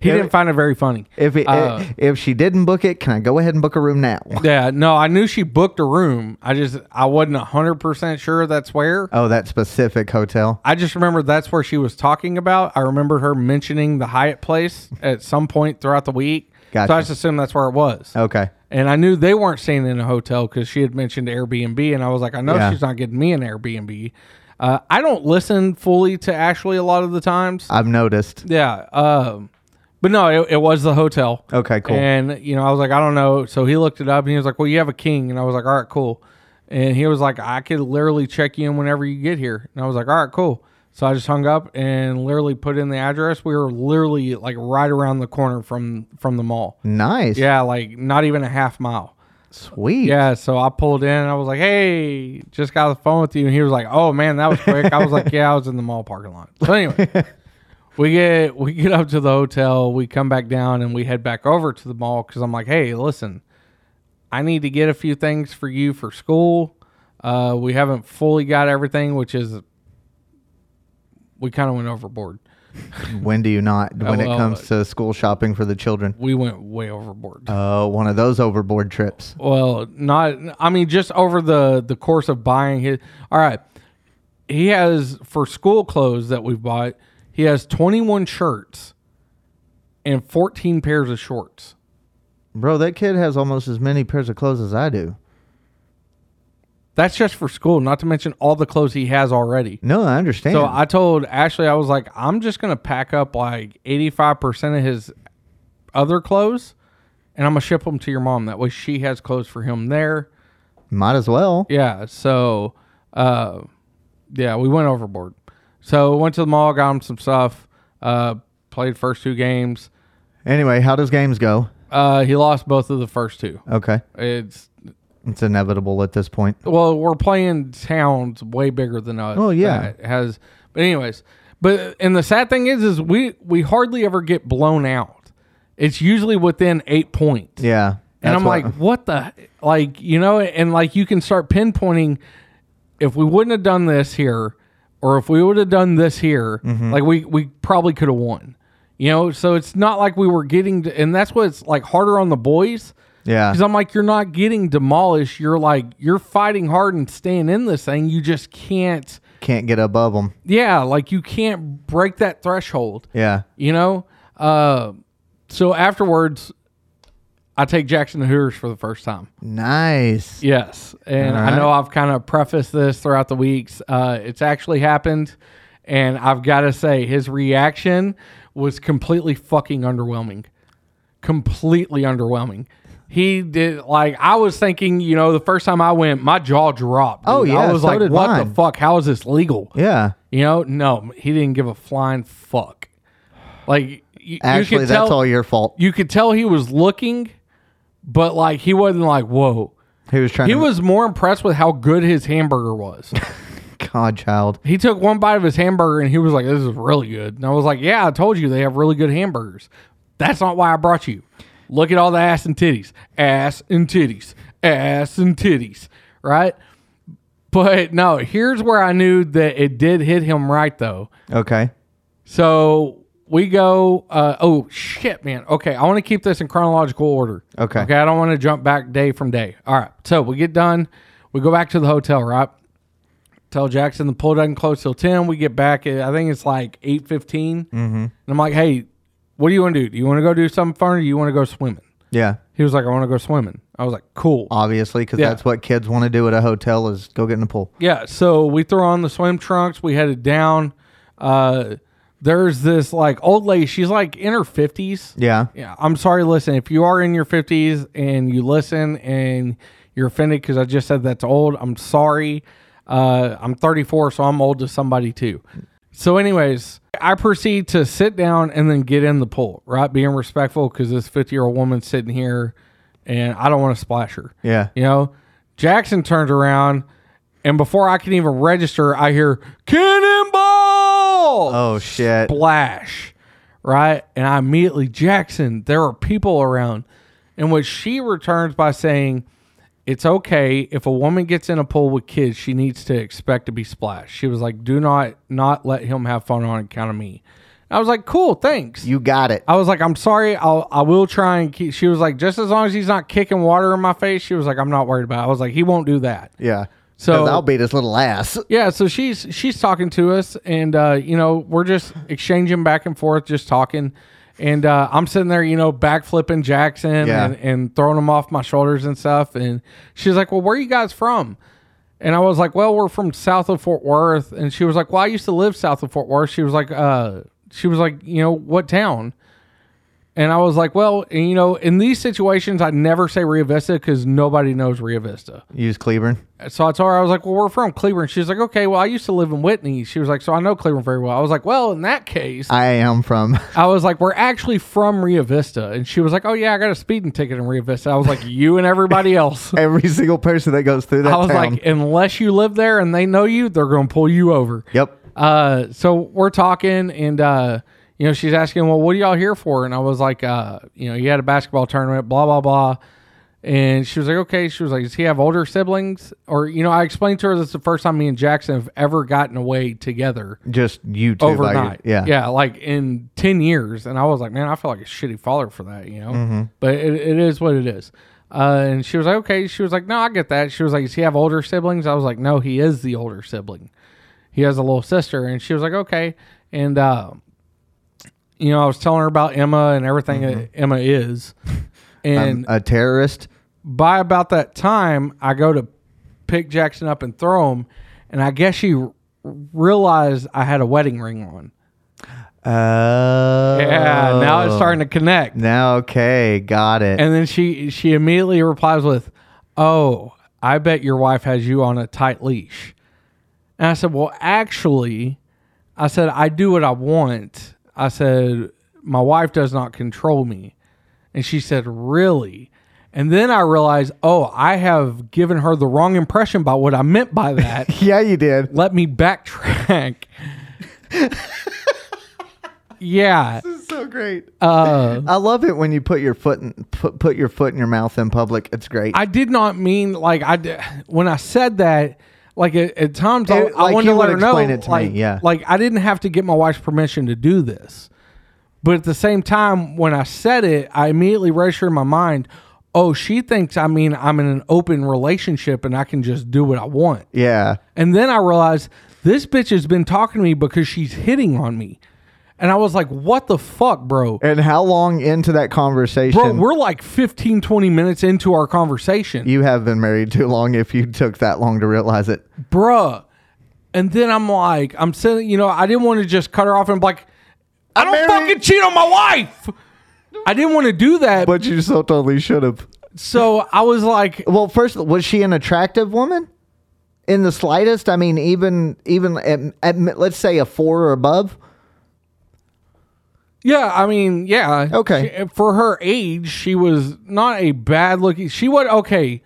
Speaker 1: he didn't find it very funny.
Speaker 2: if it,
Speaker 1: uh,
Speaker 2: if she didn't book it, can I go ahead and book a room now?
Speaker 1: Yeah, no, I knew she booked a room. I just I wasn't hundred percent sure that's where.
Speaker 2: Oh, that specific hotel.
Speaker 1: I just remember that's where she was talking about. I remembered her mentioning the Hyatt place at some point throughout the week. So
Speaker 2: Gotcha. Oh.
Speaker 1: I just assumed that's where it was.
Speaker 2: Okay,
Speaker 1: And I knew they weren't staying in a hotel because she had mentioned Airbnb. And I was like, I know
Speaker 2: Yeah.
Speaker 1: she's not getting me an Airbnb. Uh, I don't listen fully to Ashley a lot of the times.
Speaker 2: I've noticed.
Speaker 1: yeah. Um, but no, it, it was the hotel.
Speaker 2: Okay, cool.
Speaker 1: And you know, I was like, I don't know. So he looked it up and he was like, Well, you have a king. And I was like, All right, cool. And he was like, I could literally check you in whenever you get here. And I was like, All right, cool. So I just hung up and literally put in the address. We were literally like right around the corner from from the mall.
Speaker 2: nice.
Speaker 1: Yeah, like not even a half mile.
Speaker 2: Sweet.
Speaker 1: Yeah, so I pulled in and I was like, Hey, just got off the phone with you. And he was like, Oh man, that was quick. I was like, Yeah, I was in the mall parking lot. So anyway, we get we get up to the hotel, we come back down and we head back over to the mall because I'm like, Hey, listen, I need to get a few things for you for school. Uh, we haven't fully got everything, which is we kind of went overboard.
Speaker 2: When do you not? When
Speaker 1: Mm-hmm. Uh, well,
Speaker 2: it comes to school shopping for the children.
Speaker 1: We went way overboard.
Speaker 2: Oh, one of those overboard trips.
Speaker 1: Well, not. I mean, just over the the course of buying his. All right, he has for school clothes that we've bought. He has twenty one shirts and fourteen pairs of shorts.
Speaker 2: Bro, that kid has almost as many pairs of clothes as I do.
Speaker 1: That's just for school, not to mention all the clothes he has already.
Speaker 2: No, I understand.
Speaker 1: So I told Ashley, I was like, I'm just gonna pack up like eighty five percent of his other clothes, and I'm gonna ship them to your mom. That way, she has clothes for him there.
Speaker 2: Might as well.
Speaker 1: Yeah. So, uh, yeah, we went overboard. So went to the mall, got him some stuff. Uh, played first two games.
Speaker 2: Anyway, how does games go?
Speaker 1: Uh, he lost both of the first two.
Speaker 2: Okay.
Speaker 1: It's
Speaker 2: It's inevitable at this point.
Speaker 1: well, we're playing towns way bigger than us.
Speaker 2: Oh, yeah.
Speaker 1: that has. But anyways, But and the sad thing is, is we we hardly ever get blown out. It's usually within eight points.
Speaker 2: Yeah.
Speaker 1: and
Speaker 2: that's
Speaker 1: I'm
Speaker 2: what-
Speaker 1: like, what the like, you know, and like you can start pinpointing if we wouldn't have done this here, or if we would have done this here, like we we probably could have won. You know, so it's not like we were getting, to, and that's what's like harder on the boys.
Speaker 2: yeah.
Speaker 1: Because I'm like, you're not getting demolished. You're like, you're fighting hard and staying in this thing. You just can't,
Speaker 2: Can't get above them.
Speaker 1: yeah, like you can't break that threshold,
Speaker 2: Yeah.
Speaker 1: you know? Uh, so afterwards, I take Jackson the Hooters for the first time.
Speaker 2: Nice.
Speaker 1: Yes. And I know I've kind of prefaced this throughout the weeks. Uh, it's actually happened. And I've got to say, his reaction was completely fucking underwhelming. Completely underwhelming. He did, like, I was thinking, you know, the first time I went, my jaw dropped.
Speaker 2: Oh,
Speaker 1: dude. I
Speaker 2: yeah,
Speaker 1: was
Speaker 2: so
Speaker 1: like,
Speaker 2: did
Speaker 1: what the
Speaker 2: mine.
Speaker 1: fuck? How is this legal?
Speaker 2: Yeah.
Speaker 1: You know, no, he didn't give a flying fuck. Like, you, you
Speaker 2: Actually,
Speaker 1: could
Speaker 2: that's
Speaker 1: tell,
Speaker 2: all your fault.
Speaker 1: You could tell he was looking, but like, he wasn't like, whoa.
Speaker 2: He was trying
Speaker 1: He
Speaker 2: to
Speaker 1: was more impressed with how good his hamburger was.
Speaker 2: God child.
Speaker 1: he took one bite of his hamburger and he was like, "This is really good." And I was like, "Yeah, I told you they have really good hamburgers." That's not why I brought you. Look at all the ass and titties, ass and titties, ass and titties, right? But no, here's where I knew that it did hit him right though.
Speaker 2: Okay.
Speaker 1: So we go. Uh, oh shit, man. Okay, I want to keep this in chronological order.
Speaker 2: Okay.
Speaker 1: Okay, I don't want to jump back day from day. All right. So we get done. We go back to the hotel, right? Tell Jackson the pool doesn't close till ten. We get back. At, I think it's like eight Mm-hmm. And I'm like, hey, what do you want to do? Do you want to go do something fun, or do you want to go swimming?
Speaker 2: Yeah.
Speaker 1: He was like, I want to go swimming. I was like, cool.
Speaker 2: Uh. Obviously, because
Speaker 1: Yeah.
Speaker 2: that's what kids want to do at a hotel is go get in the pool.
Speaker 1: Yeah, so we throw on the swim trunks. We headed down. Uh, there's this like old lady. She's like in her fifties.
Speaker 2: Yeah.
Speaker 1: Yeah, I'm sorry. Listen, if you are in your 50s and you listen and you're offended because I just said that's old, I'm sorry. Uh, I'm 34, so I'm old to somebody too. So, anyways, I proceed to sit down and then get in the pool, right? Being respectful because this 50 year old woman's sitting here and I don't want to splash her.
Speaker 2: Yeah.
Speaker 1: You know, Jackson turns around and before I can even register, I hear cannonball
Speaker 2: Oh shit.
Speaker 1: splash, right? And I immediately, Jackson, there are people around. And what she returns by saying, it's okay if a woman gets in a pool with kids, she needs to expect to be splashed. She was like, do not not let him have fun on account of me. I was like, cool, thanks.
Speaker 2: You got it.
Speaker 1: I was like, I'm sorry. I'll I will try and keep. She was like, just as long as he's not kicking water in my face. She was like, I'm not worried about. it. I was like, he won't do that.
Speaker 2: Yeah.
Speaker 1: So-
Speaker 2: 'Cause I'll beat his little ass.
Speaker 1: Yeah, so she's she's talking to us, and uh, you know we're just exchanging back and forth, just talking, and uh, I'm sitting there, you know, backflipping Jackson
Speaker 2: Yeah.
Speaker 1: and, and throwing him off my shoulders and stuff, and she's like, "Well, where are you guys from?" And I was like, "Well, we're from south of Fort Worth," and she was like, "Well, I used to live south of Fort Worth." She was like, "Uh, she was like, you know, what town?" And I was like, "Well, and, you know, in these situations, I never say Rio Vista because nobody knows Rio Vista."
Speaker 2: Use Cleburne.
Speaker 1: So I told her, I was like, well, we're from Cleveland. She was like, okay, well, I used to live in Whitney. She was like, so I know Cleveland very well. I was like, well, in that case,
Speaker 2: I am from.
Speaker 1: I was like, we're actually from Rio Vista. And she was like, oh, yeah, I got a speeding ticket in Rio Vista. I was like, you and everybody else.
Speaker 2: Every single person that goes through that
Speaker 1: I was
Speaker 2: town.
Speaker 1: like, unless you live there and they know you, they're going to pull you over.
Speaker 2: yep.
Speaker 1: Uh, so we're talking, and uh, you know, she's asking, "Well, what are y'all here for?" And I was like, uh, "You know, you had a basketball tournament, blah blah blah." And she was like, "Okay." She was like, "Does he have older siblings?" Or you know, I explained to her this is the first time me and Jackson have ever gotten away together
Speaker 2: Just you two. like-
Speaker 1: overnight.
Speaker 2: yeah.
Speaker 1: yeah, like in ten years. And I was like, "Man, I feel like a shitty father for that," you know. But it, it is what it is. Uh, and she was like, "Okay." She was like, "No, I get that." She was like, "Does he have older siblings?" I was like, "No, he is the older sibling." he has a little sister and she was like okay and uh, you know i was telling her about emma and everything that emma is and
Speaker 2: A terrorist.
Speaker 1: by about that time i go to pick jackson up and throw him and i guess she r- realized i had a wedding ring on
Speaker 2: Oh.
Speaker 1: yeah now it's starting to connect
Speaker 2: Now, okay. Got it.
Speaker 1: and then she she immediately replies with oh i bet your wife has you on a tight leash and i said well actually i said i do what i want i said my wife does not control me and she said really and then i realized oh i have given her the wrong impression about what i meant by that
Speaker 2: yeah, you did.
Speaker 1: let me backtrack yeah.
Speaker 2: This is so great.
Speaker 1: Uh,
Speaker 2: I love it when you put your foot in, put, put your foot in your mouth in public. It's great.
Speaker 1: I did not mean like I d- when I said that. Like at, at times, I,
Speaker 2: It-
Speaker 1: I
Speaker 2: like,
Speaker 1: wanted
Speaker 2: you
Speaker 1: to let
Speaker 2: would
Speaker 1: her know.
Speaker 2: explain it to me,
Speaker 1: like,
Speaker 2: yeah.
Speaker 1: like I didn't have to get my wife's permission to do this, but at the same time, when I said it, I immediately registered in my mind, "Oh, she thinks I mean I'm in an open relationship and I can just do what I want."
Speaker 2: yeah.
Speaker 1: And then I realized this bitch has been talking to me because she's hitting on me, and I was like, "What the fuck, bro?"
Speaker 2: And how long into that conversation?
Speaker 1: Bro, we're like 15, 20 minutes into our conversation.
Speaker 2: you have been married too long if you took that long to realize it.
Speaker 1: bruh. And then I'm like, I'm sitting, you know, I didn't want to just cut her off and be like, I don't
Speaker 2: married-
Speaker 1: fucking cheat on my wife. I didn't want to do that.
Speaker 2: But you so totally should have.
Speaker 1: so I was like,
Speaker 2: Well, first, was she an attractive woman? In the slightest? I mean, even even at, at, let's say a four or above.
Speaker 1: yeah, I mean, yeah.
Speaker 2: Okay.
Speaker 1: She- for her age, she was not a bad looking. She was okay.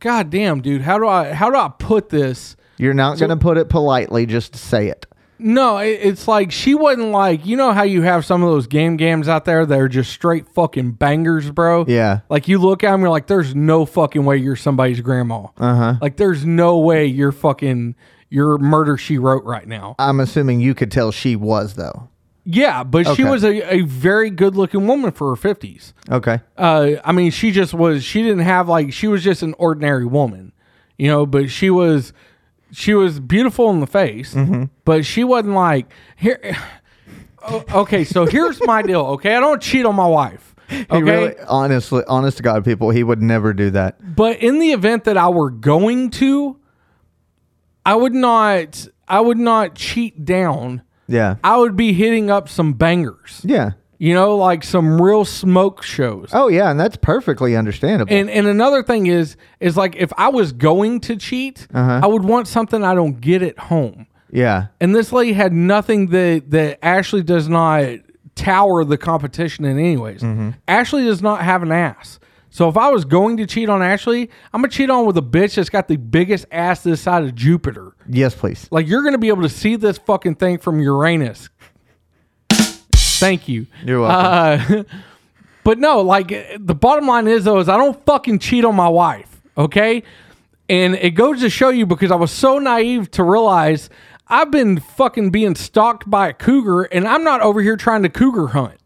Speaker 1: God damn, dude. How do I how do I put this?
Speaker 2: You're not going to put it politely. Just say it.
Speaker 1: No, it, it's like she wasn't like you know how you have some of those game games out there that are just straight fucking bangers, bro.
Speaker 2: Yeah.
Speaker 1: Like you look at them, you're like, there's no fucking way you're somebody's grandma. Uh
Speaker 2: Uh-huh.
Speaker 1: huh. Like there's no way you're fucking you're murder she wrote right now.
Speaker 2: I'm assuming you could tell she was though.
Speaker 1: Yeah, but she
Speaker 2: Okay.
Speaker 1: was a, a very good looking woman for her fifties.
Speaker 2: Okay.
Speaker 1: Uh, I mean, she just was. She didn't have like she was just an ordinary woman, you know. But she was she was beautiful in the face, but she wasn't like here. O- okay, so here's my deal. Okay, I don't cheat on my wife. Okay,
Speaker 2: He really, honestly, honest to God, people, he would never do that.
Speaker 1: but in the event that I were going to, I would not. I would not cheat down.
Speaker 2: Yeah.
Speaker 1: I would be hitting up some bangers,
Speaker 2: Yeah.
Speaker 1: you know, like some real smoke shows.
Speaker 2: Oh, yeah. And that's perfectly understandable.
Speaker 1: And and another thing is is like if I was going to cheat, I would want something I don't get at home.
Speaker 2: yeah.
Speaker 1: And this lady had nothing that that Ashley does not tower the competition in anyways. Ashley does not have an ass. So if I was going to cheat on Ashley, I'm gonna cheat on with a bitch that's got the biggest ass this side of Jupiter.
Speaker 2: Yes, please.
Speaker 1: Like you're gonna be able to see this fucking thing from Uranus. Thank you.
Speaker 2: You're
Speaker 1: Uh, but no, like eh, the bottom line is though is I don't fucking cheat on my wife, okay? And it goes to show you because I was so naive to realize I've been fucking being stalked by a cougar and I'm not over here trying to cougar hunt.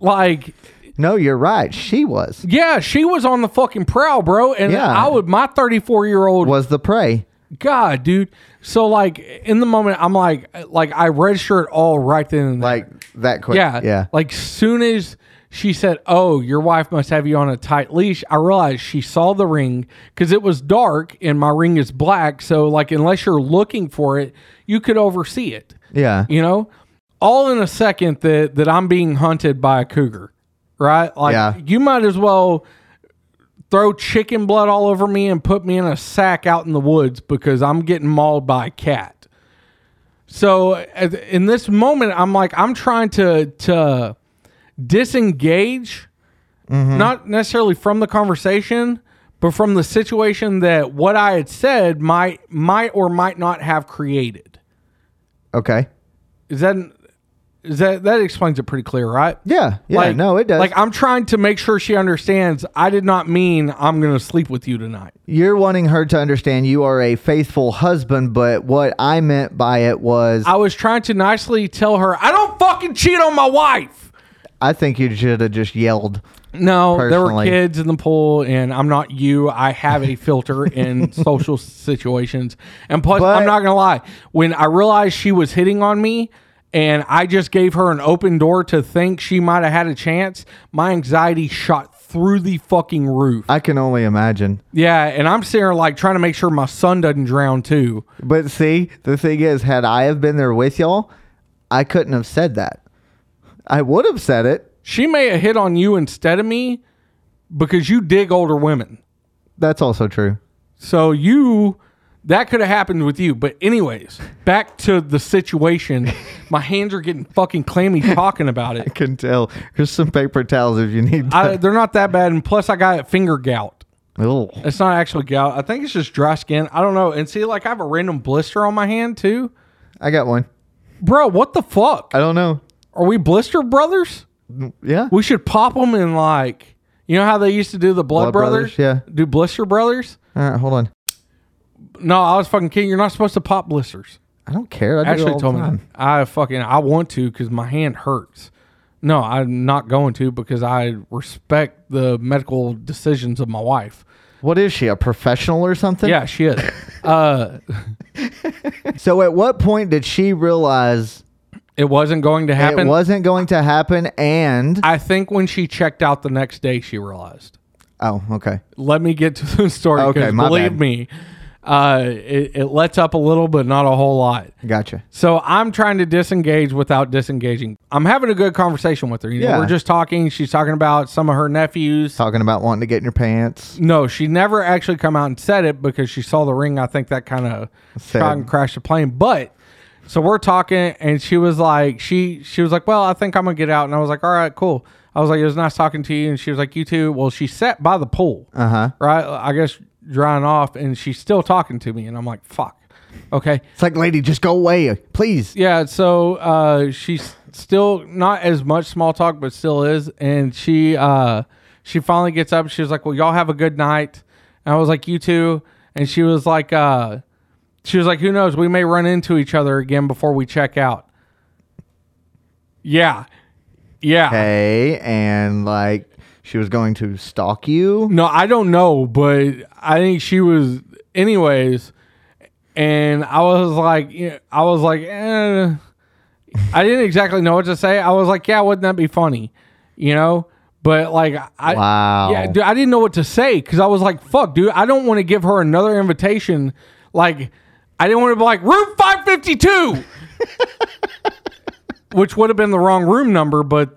Speaker 1: like
Speaker 2: No, you're right. She was
Speaker 1: yeah, she was on the fucking prowl, bro, and
Speaker 2: Yeah.
Speaker 1: I would my 34-year-old
Speaker 2: was the prey.
Speaker 1: God, dude. So like in the moment, I'm like, like I register it all right then. And there.
Speaker 2: Like that quick.
Speaker 1: yeah,
Speaker 2: Yeah.
Speaker 1: Like soon as she said, "Oh, your wife must have you on a tight leash," I realized she saw the ring because it was dark and my ring is black. So like, unless you're looking for it, you could oversee it.
Speaker 2: Yeah.
Speaker 1: You know, all in a second that that I'm being hunted by a cougar, right? Like
Speaker 2: Yeah.
Speaker 1: you might as well throw chicken blood all over me and put me in a sack out in the woods because I'm getting mauled by a cat. So as- in this moment, I'm like I'm trying to to disengage,
Speaker 2: Mm-hmm.
Speaker 1: not necessarily from the conversation. But from the situation that what I had said might might or might not have created.
Speaker 2: Okay.
Speaker 1: Is that is that that explains it pretty clear, right?
Speaker 2: Yeah. Yeah. no, it does.
Speaker 1: Like I'm trying to make sure she understands. I did not mean I'm going to sleep with you tonight.
Speaker 2: You're wanting her to understand you are a faithful husband, but what I meant by it was
Speaker 1: I was trying to nicely tell her I don't fucking cheat on my wife.
Speaker 2: I think you should have just yelled.
Speaker 1: No, there were
Speaker 2: Personally.
Speaker 1: kids in the pool, and I'm not you. I have a filter in social situations, and plus,
Speaker 2: But-
Speaker 1: I'm not gonna lie. When I realized she was hitting on me, and I just gave her an open door to think she might have had a chance, my anxiety shot through the fucking roof.
Speaker 2: I can only imagine.
Speaker 1: Yeah, and I'm sitting there like trying to make sure my son doesn't drown too.
Speaker 2: But see, the thing is, had I have been there with y'all, I couldn't have said that. I would have said it.
Speaker 1: She may have hit on you instead of me because you dig older women.
Speaker 2: That's also true.
Speaker 1: So you that could have happened with you. But anyways, back to the situation. my hands are getting fucking clammy talking about it.
Speaker 2: Can tell. Here's some paper towels if you need.
Speaker 1: I, they're not that bad, and plus I got finger gout.
Speaker 2: Oh,
Speaker 1: It's not actually gout. I think it's just dry skin. I don't know. And see, like I have a random blister on my hand too.
Speaker 2: I got one.
Speaker 1: Bro, what the fuck?
Speaker 2: I don't know.
Speaker 1: Are we Blister Brothers?
Speaker 2: Yeah.
Speaker 1: We should pop them in like, you know how they used to do the Blood,
Speaker 2: Blood Brothers,
Speaker 1: Brothers?
Speaker 2: yeah.
Speaker 1: Do Blister Brothers?
Speaker 2: All right, hold on.
Speaker 1: No, I was fucking kidding. You're not supposed to pop blisters.
Speaker 2: I don't care. I do it
Speaker 1: Ashley
Speaker 2: all the
Speaker 1: told
Speaker 2: time.
Speaker 1: me I fucking I want to because my hand hurts. No, I'm not going to because I respect the medical decisions of my wife.
Speaker 2: What is she? A professional or something?
Speaker 1: Yeah, she is. uh,
Speaker 2: So at what point did she realize
Speaker 1: it wasn't going to happen.
Speaker 2: it wasn't going to happen? And
Speaker 1: I think when she checked out the next day, she realized.
Speaker 2: oh, okay.
Speaker 1: Let me get to the story
Speaker 2: Okay,
Speaker 1: because
Speaker 2: my
Speaker 1: believe
Speaker 2: bad.
Speaker 1: me, uh, it, it lets up a little, but not a whole lot.
Speaker 2: Gotcha.
Speaker 1: So I'm trying to disengage without disengaging. I'm having a good conversation with her. You know,
Speaker 2: Yeah.
Speaker 1: we're just talking. She's talking about some of her nephews.
Speaker 2: Talking about wanting to get in your pants.
Speaker 1: No, she never actually come out and said it because she saw the ring. I think that kind of
Speaker 2: Said.
Speaker 1: shot and crashed the plane. But so we're talking, and she was like, she she was like, well, I think I'm gonna get out, and I was like, all right, cool. I was like, it was nice talking to you, and she was like, you too. Well, she sat by the pool,
Speaker 2: Uh huh.
Speaker 1: right? I guess drying off, and she's still talking to me, and I'm like, fuck, okay.
Speaker 2: It's like, lady, just go away, please.
Speaker 1: Yeah, so uh, she's still not as much small talk, but still is. And she uh, she finally gets up. She was like, "Well, y'all have a good night." And I was like, "You too." And she was like, uh, "She was like, who knows? We may run into each other again before we check out." Yeah, yeah.
Speaker 2: Okay. And like, she was going to stalk you.
Speaker 1: No, I don't know, but I think she was, anyways. And I was like, you know, I was like, eh. I didn't exactly know what to say. I was like, yeah, wouldn't that be funny, you know? But like, I
Speaker 2: Wow.
Speaker 1: yeah, dude, I didn't know what to say because I was like, fuck, dude, I don't want to give her another invitation. Like, I didn't want to be like room five fifty two, which would have been the wrong room number, but.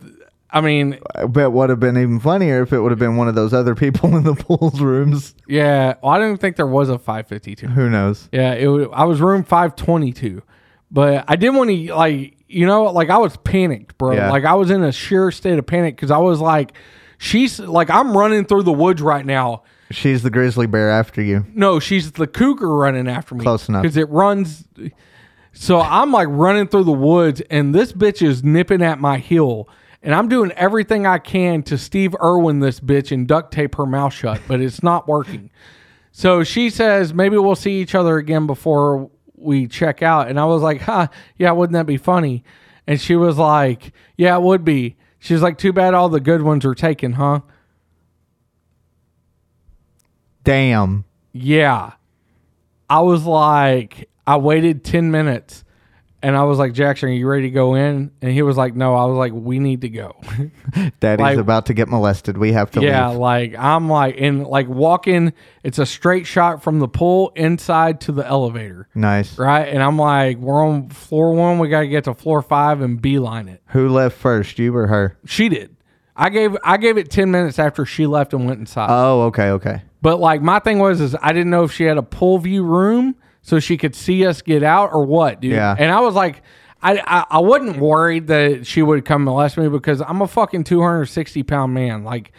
Speaker 1: I mean,
Speaker 2: But would have been even funnier if it would have been one of those other people in the pool's rooms.
Speaker 1: yeah. Well, I don't think there was a 552.
Speaker 2: Who knows?
Speaker 1: Yeah, it wa- I was room 522. But I didn't want to like, you know, like I was panicked, bro.
Speaker 2: Yeah.
Speaker 1: Like I was in a sheer state of panic cuz I was like she's like I'm running through the woods right now.
Speaker 2: She's the grizzly bear after you.
Speaker 1: No, she's the cougar running after me.
Speaker 2: Close enough.
Speaker 1: Cuz it runs So I'm like running through the woods and this bitch is nipping at my heel. And I'm doing everything I can to Steve Irwin this bitch and duct tape her mouth shut, but it's not working. So she says, maybe we'll see each other again before we check out. And I was like, huh, yeah, wouldn't that be funny? And she was like, yeah, it would be. She's like, too bad all the good ones are taken, huh?
Speaker 2: Damn.
Speaker 1: Yeah. I was like, I waited 10 minutes and I was like, Jackson, are you ready to go in? And he was like, no. I was like, we need to go.
Speaker 2: Daddy's
Speaker 1: Like-
Speaker 2: about to get molested. We have to
Speaker 1: yeah.
Speaker 2: leave.
Speaker 1: Like, I'm like, and like walking, it's a straight shot from the pool inside to the elevator.
Speaker 2: Nice.
Speaker 1: right? And I'm like, we're on floor one. We got to get to floor five and beeline it.
Speaker 2: Who left first, you or her?
Speaker 1: She did. I gave I gave it ten minutes after she left and went inside.
Speaker 2: Oh, okay, okay.
Speaker 1: but like my thing was is I didn't know if she had a pool view room so she could see us get out or what, dude.
Speaker 2: Yeah.
Speaker 1: And I was like, I I, I wasn't worried that she would come molest me because I'm a fucking 260 pound man. Like.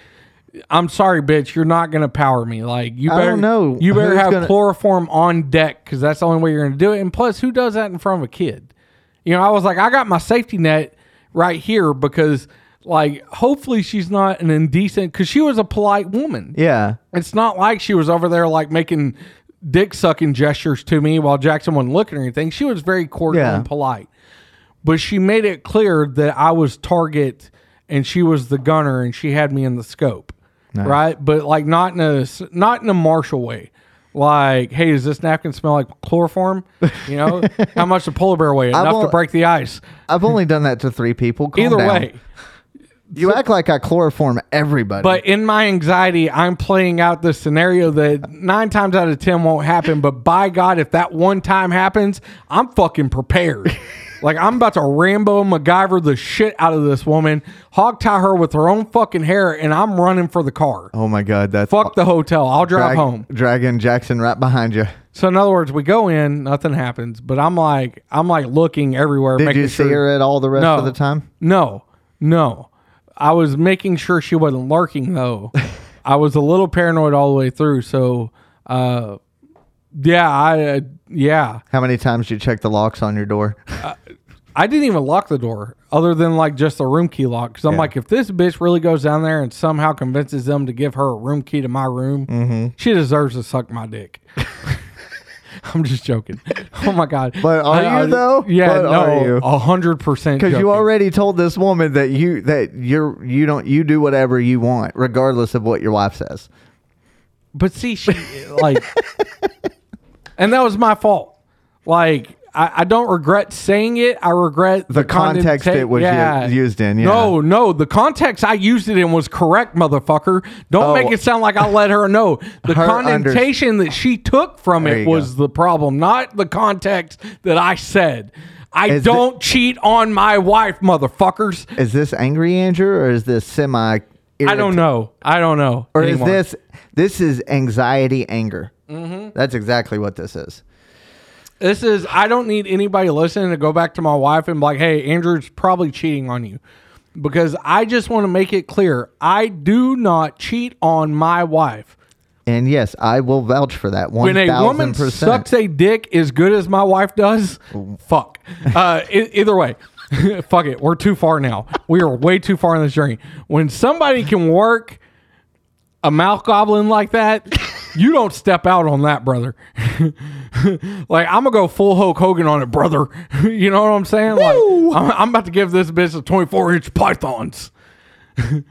Speaker 1: I'm sorry, bitch. You're not gonna power me. Like you
Speaker 2: I
Speaker 1: better
Speaker 2: don't know
Speaker 1: You better
Speaker 2: who's
Speaker 1: have
Speaker 2: gonna-
Speaker 1: chloroform on deck because that's the only way you're gonna do it. And plus, who does that in front of a kid? You know, I was like, I got my safety net right here because, like, hopefully she's not an indecent. Because she was a polite woman.
Speaker 2: Yeah.
Speaker 1: It's not like she was over there like making dick sucking gestures to me while Jackson wasn't looking or anything. She was very cordial
Speaker 2: Yeah.
Speaker 1: and polite. But she made it clear that I was target and she was the gunner and she had me in the scope. Right? But like not in a s- not in a martial way. Like, hey, does this napkin smell like chloroform? You know, how much the polar bear weigh? Enough to
Speaker 2: won't-
Speaker 1: break the ice.
Speaker 2: I've only done that to three people. Calm
Speaker 1: Either
Speaker 2: down.
Speaker 1: way,
Speaker 2: You act like I chloroform everybody.
Speaker 1: But in my anxiety, I'm playing out the scenario that nine times out of ten won't happen. But by God, if that one time happens, I'm fucking prepared. like I'm about to Rambo MacGyver the shit out of this woman, hog tie her with her own fucking hair, and I'm running for the car.
Speaker 2: oh my god, that's
Speaker 1: Fuck the hotel. I'll drive
Speaker 2: drag-
Speaker 1: home.
Speaker 2: Dragon Jackson right behind you.
Speaker 1: So in other words, we go in, nothing happens. But I'm like, I'm like looking everywhere.
Speaker 2: Did you see her at all the rest
Speaker 1: No.
Speaker 2: of the time?
Speaker 1: No, no. I was making sure she wasn't lurking though. I was a little paranoid all the way through. So, uh, yeah, I uh, yeah.
Speaker 2: How many times did you check the locks on your door?
Speaker 1: I didn't even lock the door other than like just a room key lock. Cause I'm
Speaker 2: Yeah.
Speaker 1: like, if this bitch really goes down there and somehow convinces them to give her a room key to my room,
Speaker 2: Mm-hmm.
Speaker 1: she deserves to suck my dick. I'm just joking. Oh my God.
Speaker 2: But are you, though?
Speaker 1: Yeah,
Speaker 2: But are
Speaker 1: no,
Speaker 2: you?
Speaker 1: a hundred percent.
Speaker 2: Because you
Speaker 1: joking.
Speaker 2: already told this woman that you that you're you don't you do whatever you want regardless of what your wife says.
Speaker 1: But see, she like, and that was my fault. Like, I, I don't regret saying it. I regret
Speaker 2: The context
Speaker 1: condenta-
Speaker 2: it was u- used in, yeah.
Speaker 1: No, no, the context I used it in was correct, motherfucker. Don't
Speaker 2: Oh.
Speaker 1: make it sound like I let her know. The
Speaker 2: Her under-
Speaker 1: connotation that she took from
Speaker 2: There
Speaker 1: it
Speaker 2: you
Speaker 1: was the problem, not the context that I said. I
Speaker 2: Is the-
Speaker 1: don't cheat on my wife, motherfuckers.
Speaker 2: Is this angry Andrew or is this semi?
Speaker 1: I don't know. I don't know.
Speaker 2: Or
Speaker 1: anymore.
Speaker 2: is this this is anxiety anger? Mm-hmm. That's exactly what this is.
Speaker 1: This is I don't need anybody listening to go back to my wife and be like, "Hey, Andrew's probably cheating on you." Because I just want to make it clear, I do not cheat on my wife.
Speaker 2: And yes, I will vouch for that one
Speaker 1: When a woman
Speaker 2: thousand percent.
Speaker 1: sucks a dick as good as my wife does, fuck. Uh, e- either way, fuck it. We're too far now. We are way too far in this journey. When somebody can work a mouth goblin like that, you don't step out on that, brother. like I'm gonna go full Hulk Hogan on it, brother. you know what I'm saying? Like I'm, I'm about to give this bitch a 24 inch pythons.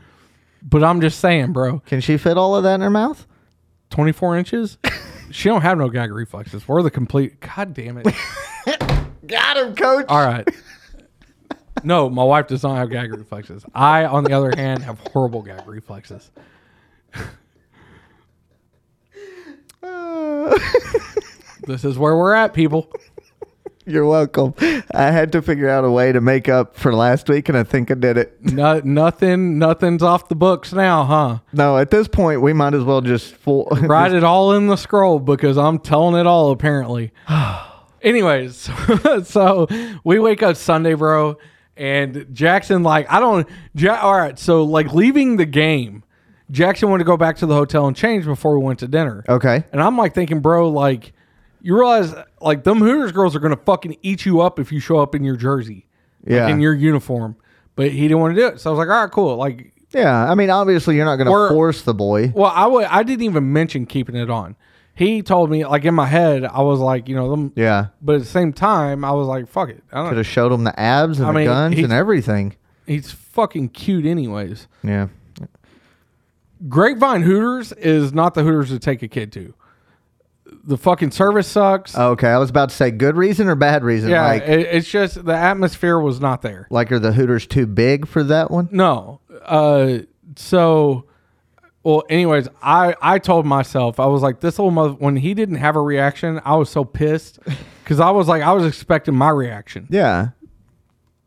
Speaker 1: but I'm just saying, bro,
Speaker 2: Can she fit all of that in her mouth?
Speaker 1: 24 inches. She don't have no gag reflexes. We're the complete. God damn it!
Speaker 2: Got him, coach.
Speaker 1: All right. No, my wife does not have gag reflexes. I, on the other hand, have horrible gag reflexes. This is where we're at, people.
Speaker 2: You're welcome. I had to figure out a way to make up for last week, and I think I did it.
Speaker 1: No, nothing, nothing's off the books now, huh?
Speaker 2: No, at this point, we might as well just full.
Speaker 1: Write it all in the scroll because I'm telling it all apparently. Anyways, so we wake up Sunday, bro, and Jackson like I don't. Ja- all right, so like leaving the game, Jackson wanted to go back to the hotel and change before we went to dinner.
Speaker 2: okay.
Speaker 1: And I'm like thinking, bro, like you realize like them Hooters girls are gonna fucking eat you up if you show up in your jersey, like,
Speaker 2: Yeah.
Speaker 1: in your uniform. But he didn't want to do it, so I was like, all right, cool, like
Speaker 2: Yeah, I mean, obviously, you're not going
Speaker 1: Or-
Speaker 2: to force the boy.
Speaker 1: Well, I would. I didn't even mention keeping it on. He told me, like in my head, I was like, you know, them.
Speaker 2: Yeah,
Speaker 1: But at the same time, I was like, fuck it. I
Speaker 2: could
Speaker 1: don't.
Speaker 2: have showed him the abs and
Speaker 1: I
Speaker 2: the
Speaker 1: mean,
Speaker 2: guns
Speaker 1: he's-
Speaker 2: and everything.
Speaker 1: He's fucking cute, anyways.
Speaker 2: Yeah,
Speaker 1: Grapevine Hooters is not the Hooters to take a kid to. The fucking service sucks.
Speaker 2: Okay, I was about to say good reason or bad reason.
Speaker 1: yeah,
Speaker 2: Oh, like,
Speaker 1: it- it's just the atmosphere was not there.
Speaker 2: like are the Hooters too big for that one?
Speaker 1: No. Uh, so, well, anyways, I I told myself I was like this little mother when he didn't have a reaction, I was so pissed because I was like I was expecting my reaction.
Speaker 2: Yeah,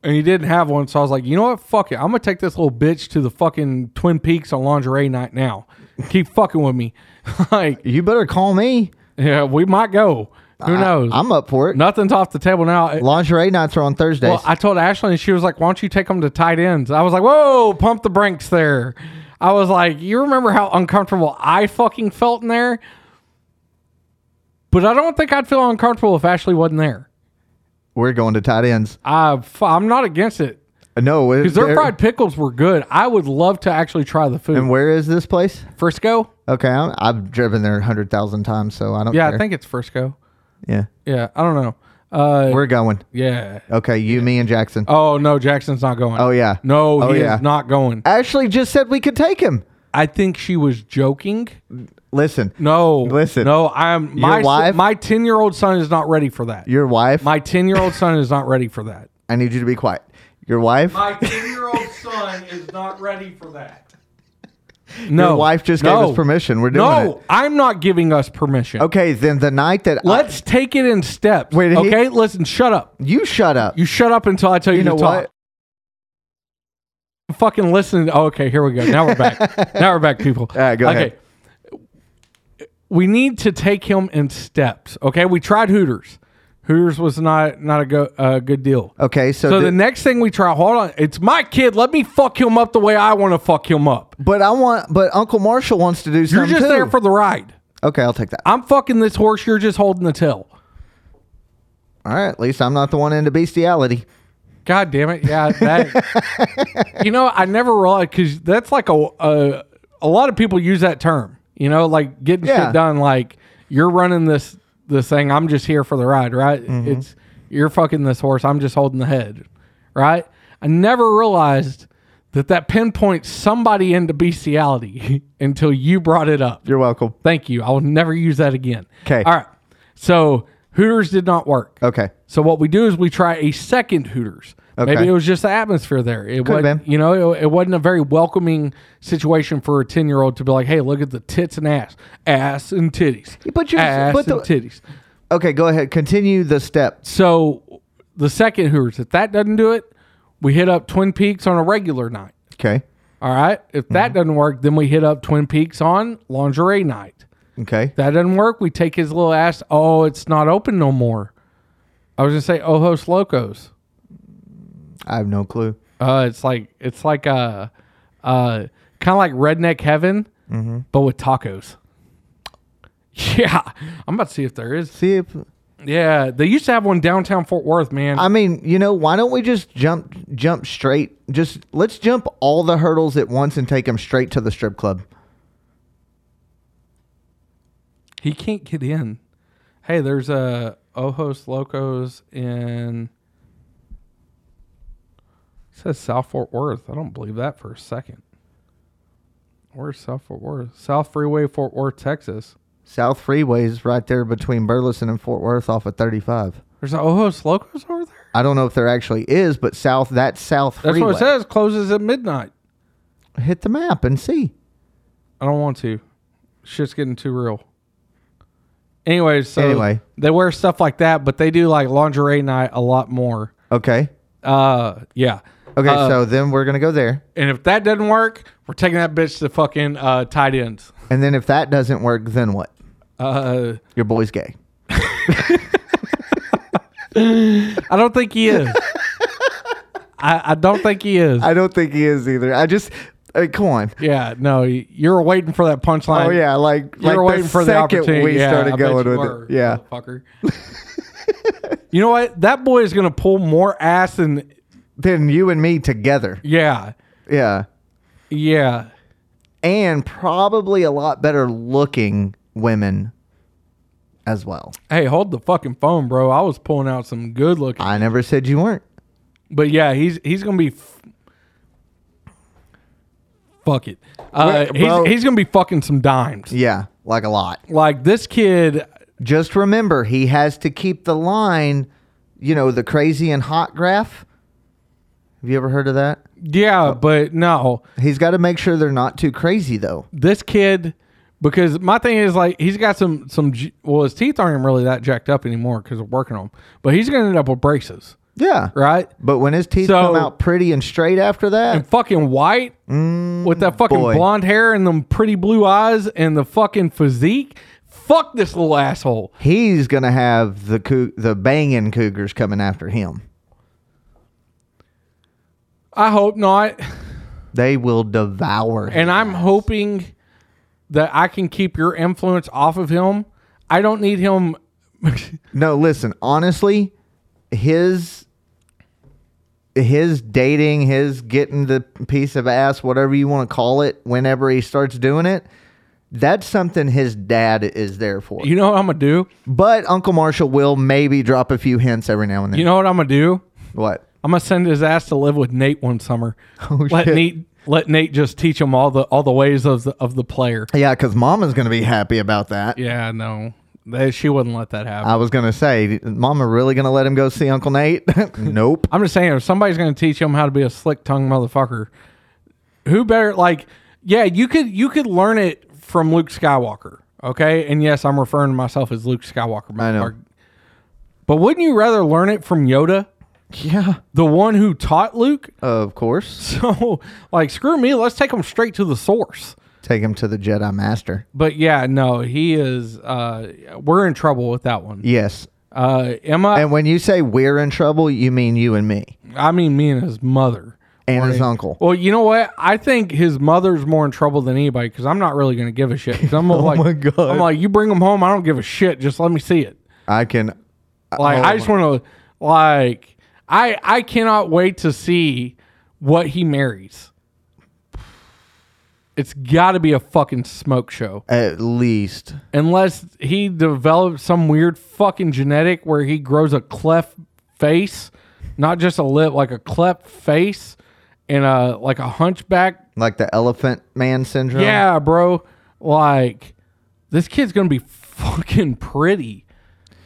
Speaker 1: and he didn't have one. So I was like, you know what? Fuck it. I'm gonna take this little bitch to the fucking Twin Peaks on lingerie night now. Keep fucking with me. like,
Speaker 2: you better call me.
Speaker 1: yeah, we might go. Who knows?
Speaker 2: I, am up for it.
Speaker 1: Nothing's off the table now.
Speaker 2: Lingerie nights are on Thursdays.
Speaker 1: Well, I told Ashley, and she was like, "Why don't you take them to tight ends?" I was like, "Whoa, pump the brakes there." I was like, "You remember how uncomfortable I fucking felt in there?" But I don't think I'd feel uncomfortable if Ashley wasn't there.
Speaker 2: We're going to tight ends.
Speaker 1: I, I'm not against it.
Speaker 2: No, it-
Speaker 1: Because their
Speaker 2: there-
Speaker 1: fried pickles were good. I would love to actually try the food.
Speaker 2: And where is this place?
Speaker 1: Frisco?
Speaker 2: Okay, I'm, I've driven there hundred thousand times, so I don't.
Speaker 1: Yeah,
Speaker 2: care.
Speaker 1: I think it's Frisco.
Speaker 2: Yeah,
Speaker 1: Yeah, I don't know. Uh,
Speaker 2: we're going.
Speaker 1: yeah.
Speaker 2: Okay, you, me, and Jackson.
Speaker 1: Oh no, Jackson's not going.
Speaker 2: Oh, yeah.
Speaker 1: No,
Speaker 2: Oh,
Speaker 1: he
Speaker 2: yeah.
Speaker 1: is not going.
Speaker 2: Ashley just said we could take him.
Speaker 1: I think she was joking.
Speaker 2: Listen,
Speaker 1: No,
Speaker 2: Listen.
Speaker 1: No, I'm my
Speaker 2: wife-
Speaker 1: my ten year old son is not ready for that.
Speaker 2: your wife.
Speaker 1: my ten year old son is not ready for that.
Speaker 2: I need you to be quiet. Your wife.
Speaker 1: My ten year old son is not ready for that.
Speaker 2: your
Speaker 1: No,
Speaker 2: wife just gave
Speaker 1: No.
Speaker 2: us permission. We're doing
Speaker 1: No,
Speaker 2: it.
Speaker 1: I'm not giving us permission.
Speaker 2: Okay, then the night that I-
Speaker 1: Let's take it in steps.
Speaker 2: Wait, he-
Speaker 1: okay, listen, shut up.
Speaker 2: you shut up.
Speaker 1: You shut up until I tell you,
Speaker 2: You know
Speaker 1: to talk.
Speaker 2: what?
Speaker 1: Fucking listen. Oh, okay, here we go. Now we're back. now we're back, people.
Speaker 2: All right, go
Speaker 1: okay.
Speaker 2: ahead.
Speaker 1: We need to take him in steps. Okay, we tried Hooters. Hooters was not not a go, uh, good deal.
Speaker 2: Okay, so,
Speaker 1: So
Speaker 2: the,
Speaker 1: the next thing we try, hold on, it's my kid. Let me fuck him up the way I want to fuck him up.
Speaker 2: but I want, but Uncle Marshall wants to do
Speaker 1: You're
Speaker 2: something
Speaker 1: just
Speaker 2: too.
Speaker 1: there for the ride.
Speaker 2: okay, I'll take that.
Speaker 1: I'm fucking this horse. You're just holding the tail.
Speaker 2: All right, at least I'm not the one into bestiality.
Speaker 1: God damn it! Yeah, that. you know, I never realized because that's like a, a a lot of people use that term. You know, like getting
Speaker 2: Yeah.
Speaker 1: shit done. Like you're running this this thing. I'm just here for the ride, right?
Speaker 2: Mm-hmm.
Speaker 1: It's you're fucking this horse. I'm just holding the head, right? I never realized that that pinpoints somebody into bestiality until you brought it up.
Speaker 2: You're welcome.
Speaker 1: Thank you. I will never use that again.
Speaker 2: 'Kay.
Speaker 1: All right. So Hooters did not work.
Speaker 2: Okay.
Speaker 1: So what we do is we try a second Hooters.
Speaker 2: Okay.
Speaker 1: Maybe it was just the atmosphere there. It
Speaker 2: Could've
Speaker 1: wasn't,
Speaker 2: been.
Speaker 1: you know, it, it wasn't a very welcoming situation for a ten year old to be like, "Hey, look at the tits and ass, ass and titties,
Speaker 2: But you're-
Speaker 1: ass
Speaker 2: but the-
Speaker 1: and titties."
Speaker 2: Okay, go ahead. Continue the steps.
Speaker 1: So the second Hooters, if that doesn't do it, we hit up Twin Peaks on a regular night.
Speaker 2: Okay.
Speaker 1: All right. If that
Speaker 2: Mm-hmm.
Speaker 1: doesn't work, then we hit up Twin Peaks on lingerie night.
Speaker 2: Okay.
Speaker 1: That doesn't work. We take his little ass. Oh, it's not open no more. I was gonna say Ojos Locos.
Speaker 2: I have no clue.
Speaker 1: Uh, it's like it's like uh, uh, kind of like redneck heaven, but with tacos. Yeah, I'm about to see if there is.
Speaker 2: See if
Speaker 1: Yeah, they used to have one downtown Fort Worth, man.
Speaker 2: I mean, you know, why don't we just jump jump straight? Just let's jump all the hurdles at once and take them straight to the strip club.
Speaker 1: he can't get in. Hey, there's a Ojos Locos in. It says South Fort Worth. I don't believe that for a second. Where's South Fort Worth? South Freeway, Fort Worth, Texas.
Speaker 2: South Freeway is right there between Burleson and Fort Worth off of 35.
Speaker 1: There's an Ojos Locos over there.
Speaker 2: I don't know if there actually is, but south that's South
Speaker 1: That's
Speaker 2: Freeway.
Speaker 1: what it says. Closes at midnight.
Speaker 2: Hit the map and see.
Speaker 1: I don't want to. Shit's getting too real. Anyways, so
Speaker 2: Anyway.
Speaker 1: they wear stuff like that, but they do like lingerie night a lot more.
Speaker 2: Okay.
Speaker 1: Uh, yeah.
Speaker 2: Okay,
Speaker 1: Uh,
Speaker 2: so then we're gonna go there,
Speaker 1: and if that doesn't work, we're taking that bitch to fucking uh, tight ends.
Speaker 2: and then if that doesn't work, then what?
Speaker 1: Uh,
Speaker 2: Your boy's gay.
Speaker 1: I don't think he is. I, I don't think he is.
Speaker 2: I don't think he is either. I just uh, come on.
Speaker 1: yeah, no, y- you're waiting for that punchline.
Speaker 2: Oh yeah, like
Speaker 1: you
Speaker 2: like
Speaker 1: were
Speaker 2: the
Speaker 1: waiting for the
Speaker 2: second
Speaker 1: opportunity.
Speaker 2: we
Speaker 1: yeah,
Speaker 2: started
Speaker 1: I bet
Speaker 2: going
Speaker 1: you
Speaker 2: with
Speaker 1: were,
Speaker 2: it. Yeah.
Speaker 1: motherfucker. you know what? That boy is gonna pull more ass than
Speaker 2: Then you and me together.
Speaker 1: yeah,
Speaker 2: Yeah.
Speaker 1: yeah.
Speaker 2: And probably a lot better looking women as well.
Speaker 1: Hey, hold the fucking phone, bro. I was pulling out some good looking,
Speaker 2: I never said you weren't.
Speaker 1: but yeah, he's he's gonna be. F- Fuck it. Uh,
Speaker 2: Wait, bro.
Speaker 1: he's, he's gonna be fucking some dimes.
Speaker 2: Yeah, like a lot.
Speaker 1: Like this kid,
Speaker 2: Just remember he has to keep the line, you know, the crazy and hot graph. Have you ever heard of that?
Speaker 1: yeah, but no,
Speaker 2: He's got to make sure they're not too crazy though.
Speaker 1: this kid because my thing is like he's got some some j- well his teeth aren't really that jacked up anymore because we're working on them but he's gonna end up with braces
Speaker 2: Yeah.
Speaker 1: right
Speaker 2: But when his teeth
Speaker 1: So-
Speaker 2: come out pretty and straight after that, mm,
Speaker 1: and fucking white with that fucking
Speaker 2: boy.
Speaker 1: blonde hair and them pretty blue eyes and the fucking physique fuck this little asshole
Speaker 2: he's gonna have the coo- the banging cougars coming after him.
Speaker 1: i hope not
Speaker 2: They will devour him.
Speaker 1: and i'm hoping that i can keep your influence off of him i don't need him
Speaker 2: No, listen, honestly, his his dating, his getting the piece of ass, whatever you want to call it, whenever he starts doing it, that's something his dad is there for.
Speaker 1: you know what i'm gonna do
Speaker 2: But Uncle Marshall will maybe drop a few hints every now and then.
Speaker 1: you know what i'm gonna do
Speaker 2: what?
Speaker 1: I'm gonna send his ass to live with Nate one summer.
Speaker 2: Oh,
Speaker 1: let
Speaker 2: shit.
Speaker 1: Nate let Nate just teach him all the all the ways of the of the player.
Speaker 2: Yeah, because Mama's gonna be happy about that.
Speaker 1: Yeah, no, They- she wouldn't let that happen.
Speaker 2: I was gonna say, Mama really gonna let him go see Uncle Nate? nope.
Speaker 1: I'm just saying, if somebody's gonna teach him how to be a slick tongue motherfucker, who better? Like, yeah, you could you could learn it from Luke Skywalker. Okay, and yes, I'm referring to myself as Luke Skywalker.
Speaker 2: I know.
Speaker 1: motherfucker. But wouldn't you rather learn it from Yoda,
Speaker 2: Yeah,
Speaker 1: the one who taught Luke?
Speaker 2: of course.
Speaker 1: So, like, screw me. Let's take him straight to the source.
Speaker 2: Take him to the Jedi Master.
Speaker 1: But yeah, no, he is. Uh, we're in trouble with that one.
Speaker 2: Yes.
Speaker 1: Uh, Emma,
Speaker 2: And when you say we're in trouble, you mean you and me.
Speaker 1: I mean, me and his mother.
Speaker 2: and his uncle.
Speaker 1: Well, you know what? I think his mother's more in trouble than anybody because I'm not really going to give a shit. 'Cause I'm like,
Speaker 2: Oh my God.
Speaker 1: I'm like, you bring him home. I don't give a shit. Just let me see it.
Speaker 2: I can.
Speaker 1: Like,
Speaker 2: oh
Speaker 1: I just want to, like, I I cannot wait to see what he marries. It's got to be a fucking smoke show,
Speaker 2: At least.
Speaker 1: unless he develops some weird fucking genetic where he grows a cleft face, not just a lip, like a cleft face, and a like a hunchback
Speaker 2: Like the elephant man syndrome.
Speaker 1: yeah, bro. Like this kid's gonna be fucking pretty.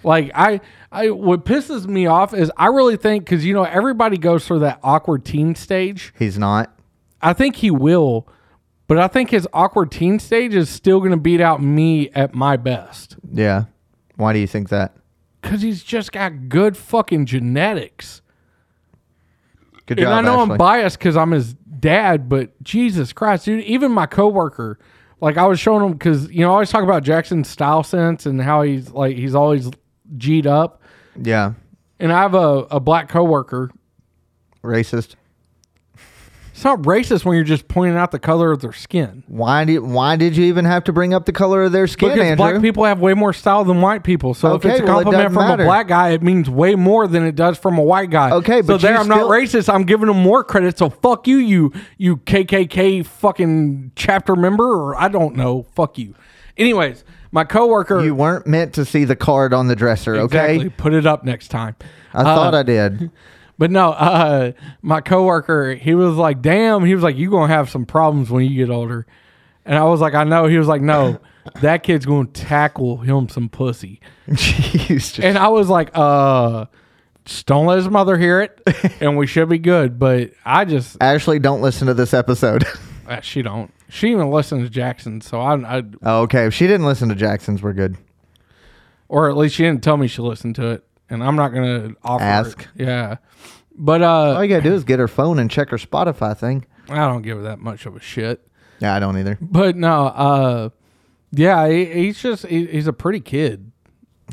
Speaker 1: Like I, I what pisses me off is I really think because you know everybody goes through that awkward teen stage.
Speaker 2: He's not.
Speaker 1: I think he will, but I think his awkward teen stage is still gonna beat out me at my best
Speaker 2: Yeah. Why do you think that?
Speaker 1: because he's just got good fucking genetics.
Speaker 2: Good
Speaker 1: and
Speaker 2: job.
Speaker 1: I know
Speaker 2: Ashley.
Speaker 1: I'm biased because I'm his dad, but Jesus Christ, dude! Even my coworker, like I was showing him because you know I always talk about Jackson's style sense and how he's like he's always g'd up,
Speaker 2: yeah.
Speaker 1: and I have a, a black coworker.
Speaker 2: Racist.
Speaker 1: It's not racist when you're just pointing out the color of their skin
Speaker 2: Why did why did you even have to bring up the color of their skin,
Speaker 1: because
Speaker 2: Andrew?
Speaker 1: black people have way more style than white people. So
Speaker 2: Okay,
Speaker 1: if it's a
Speaker 2: well, it
Speaker 1: compliment
Speaker 2: doesn't
Speaker 1: from
Speaker 2: matter.
Speaker 1: a black guy, it means way more than it does from a white guy.
Speaker 2: Okay,
Speaker 1: so
Speaker 2: but
Speaker 1: there
Speaker 2: you
Speaker 1: I'm not
Speaker 2: still-
Speaker 1: racist. I'm giving him more credit. So fuck you, you you KKK fucking chapter member, or I don't know. Fuck you. Anyways, my coworker
Speaker 2: you weren't meant to see the card on the dresser, okay?
Speaker 1: exactly Uh, put it up next time.
Speaker 2: I thought I did.
Speaker 1: But no, uh, my coworker, he was like, "Damn," he was like, "You gonna have some problems when you get older," and I was like, "I know." He was like, "No, that kid's gonna tackle him some pussy,"
Speaker 2: Jeez.
Speaker 1: and I was like, "Uh, just don't let his mother hear it, and we should be good." But I just,
Speaker 2: Ashley, don't listen to this episode.
Speaker 1: uh, she don't, she even listens to Jackson, so I, I,
Speaker 2: Oh, okay, if she didn't listen to Jackson's, we're good.
Speaker 1: or at least she didn't tell me she listened to it, and I'm not gonna offer it.
Speaker 2: Ask. Oh,
Speaker 1: yeah. But uh,
Speaker 2: All you gotta do is get her phone and check her Spotify thing.
Speaker 1: I don't give her that much of a shit.
Speaker 2: Yeah, I don't either.
Speaker 1: But no, uh, yeah, he, he's just he, he's a pretty kid,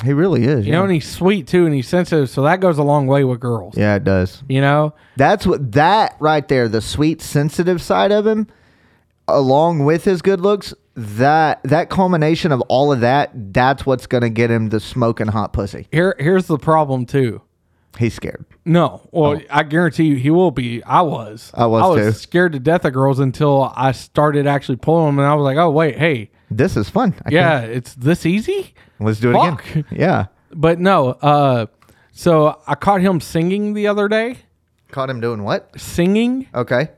Speaker 2: He really is.
Speaker 1: you
Speaker 2: Yeah.
Speaker 1: know, and he's sweet too, and he's sensitive, so that goes a long way with girls,
Speaker 2: yeah, it does.
Speaker 1: you know.
Speaker 2: That's what that right there, the sweet, sensitive side of him, along with his good looks, that that culmination of all of that, that's what's gonna get him the smoking hot pussy.
Speaker 1: Here, here's the problem too.
Speaker 2: He's scared.
Speaker 1: No, well, I guarantee you, he will be. I was,
Speaker 2: Oh. I was,
Speaker 1: I was
Speaker 2: too.
Speaker 1: scared to death of girls until I started actually pulling them, and I was like, oh wait, hey,
Speaker 2: This is fun. I
Speaker 1: yeah, it's this easy.
Speaker 2: can't- let's do it
Speaker 1: Fuck.
Speaker 2: again. Yeah.
Speaker 1: But no, uh, so I caught him singing the other day,
Speaker 2: Caught him doing what?
Speaker 1: singing,
Speaker 2: Okay.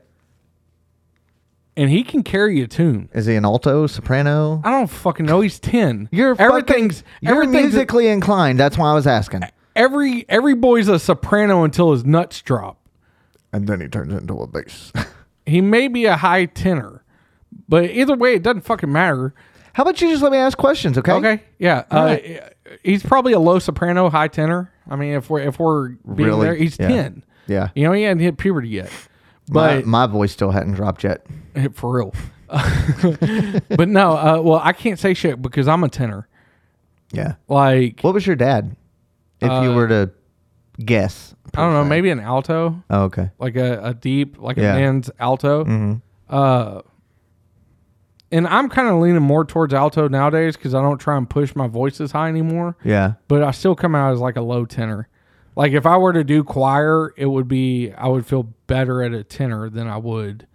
Speaker 1: and he can carry a tune.
Speaker 2: Is he an alto, soprano?
Speaker 1: I don't fucking know. He's ten.
Speaker 2: You're fucking-
Speaker 1: everything's
Speaker 2: You're
Speaker 1: everything's
Speaker 2: musically inclined. That's why I was asking.
Speaker 1: every every boy's a soprano until his nuts drop.
Speaker 2: And then he turns into a bass.
Speaker 1: He may be a high tenor, but either way, it doesn't fucking matter.
Speaker 2: How about you just let me ask questions, okay?
Speaker 1: Okay, yeah. Uh, He's probably a low soprano, high tenor. I mean, if we're if we're being
Speaker 2: Really?
Speaker 1: there, he's
Speaker 2: Yeah.
Speaker 1: ten.
Speaker 2: Yeah.
Speaker 1: You know, he hadn't hit puberty yet,
Speaker 2: My,
Speaker 1: but
Speaker 2: my voice still hadn't dropped yet.
Speaker 1: for real. but no, uh, well, I can't say shit because I'm a tenor.
Speaker 2: Yeah.
Speaker 1: Like
Speaker 2: What was your dad? If you were to guess.
Speaker 1: Uh, I don't know, maybe an alto.
Speaker 2: Oh, okay. Mm-hmm.
Speaker 1: like a, a deep, like
Speaker 2: Yeah. Mm.
Speaker 1: a man's alto. Uh, and I'm kind of leaning more towards alto nowadays because I don't try and push my voice as high anymore.
Speaker 2: Yeah.
Speaker 1: But I still come out as like a low tenor. Like if I were to do choir, it would be I would feel better at a tenor than I would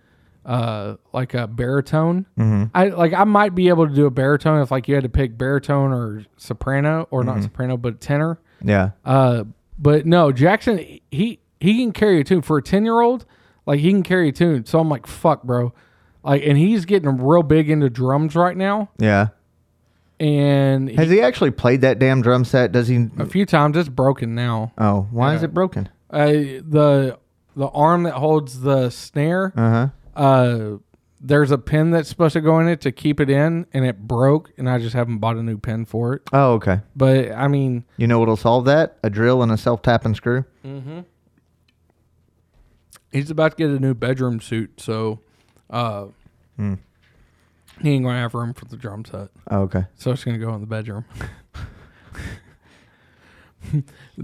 Speaker 1: uh like a baritone. I like I might be able to do a baritone if like you had to pick baritone or soprano or not soprano but tenor.
Speaker 2: Yeah.
Speaker 1: Uh, but no, Jackson, he he can carry a tune for a ten year old. Like he can carry a tune. So I'm like, fuck, bro. Like, and he's getting real big into drums right now.
Speaker 2: Yeah.
Speaker 1: And he- Uh,
Speaker 2: Has he actually played that damn drum set? Does he?
Speaker 1: a few times it's broken now.
Speaker 2: Oh, why is it broken?
Speaker 1: Uh, the the arm that holds the snare.
Speaker 2: Uh huh.
Speaker 1: Uh, there's a pin that's supposed to go in it to keep it in, and it broke. And I just haven't bought a new pin for it.
Speaker 2: Oh, okay.
Speaker 1: But I mean,
Speaker 2: You know what'll solve that? A drill and a self tapping screw.
Speaker 1: he's about to get a new bedroom suit, so uh, he ain't gonna have room for the drum set,
Speaker 2: Oh, okay.
Speaker 1: so it's gonna go in the bedroom.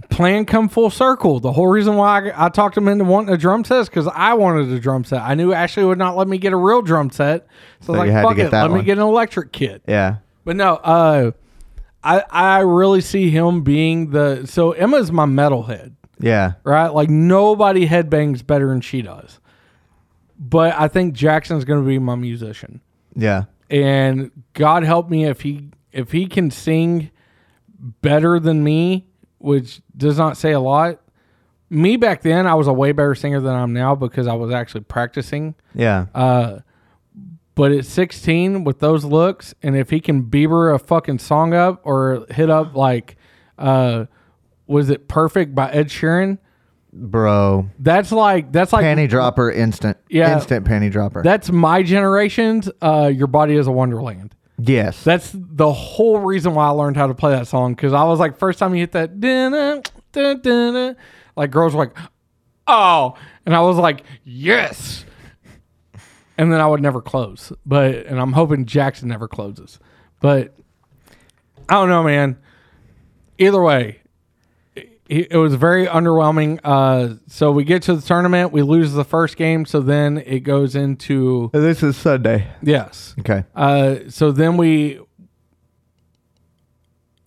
Speaker 1: Plan come full circle. The whole reason why I, I talked him into wanting a drum set is because I wanted a drum set. I knew Ashley would not let me get a real drum set, so, I was
Speaker 2: So you
Speaker 1: like,
Speaker 2: had to
Speaker 1: "Fuck
Speaker 2: get
Speaker 1: it,
Speaker 2: that
Speaker 1: let
Speaker 2: one.
Speaker 1: me get an electric kit."
Speaker 2: Yeah.
Speaker 1: But no, uh, I I really see him being the so Emma's my metalhead.
Speaker 2: Yeah.
Speaker 1: right? Like nobody headbangs better than she does. But I think Jackson's going to be my musician,
Speaker 2: Yeah.
Speaker 1: and God help me if he if he can sing better than me, which does not say a lot. Me back then, I was a way better singer than I'm now because I was actually practicing.
Speaker 2: Yeah.
Speaker 1: Uh, But at 16, with those looks, and if he can Bieber a fucking song up or hit up like, uh, was it Perfect by Ed Sheeran?
Speaker 2: Bro.
Speaker 1: That's like that's like
Speaker 2: Panty dropper instant.
Speaker 1: Yeah.
Speaker 2: Instant panty dropper.
Speaker 1: That's my generation's uh, Your Body is a Wonderland.
Speaker 2: yes.
Speaker 1: That's the whole reason why I learned how to play that song because I was like, first time you hit that, dun-dun, dun-dun, like girls were like, oh. And I was like, yes. And then I would never close. But, and I'm hoping Jackson never closes. But I don't know, man. Either way, it, it was very underwhelming. Uh, so we get to the tournament, we lose the first game. So then it goes into,
Speaker 2: this is Sunday.
Speaker 1: yes.
Speaker 2: Okay.
Speaker 1: Uh, so then we,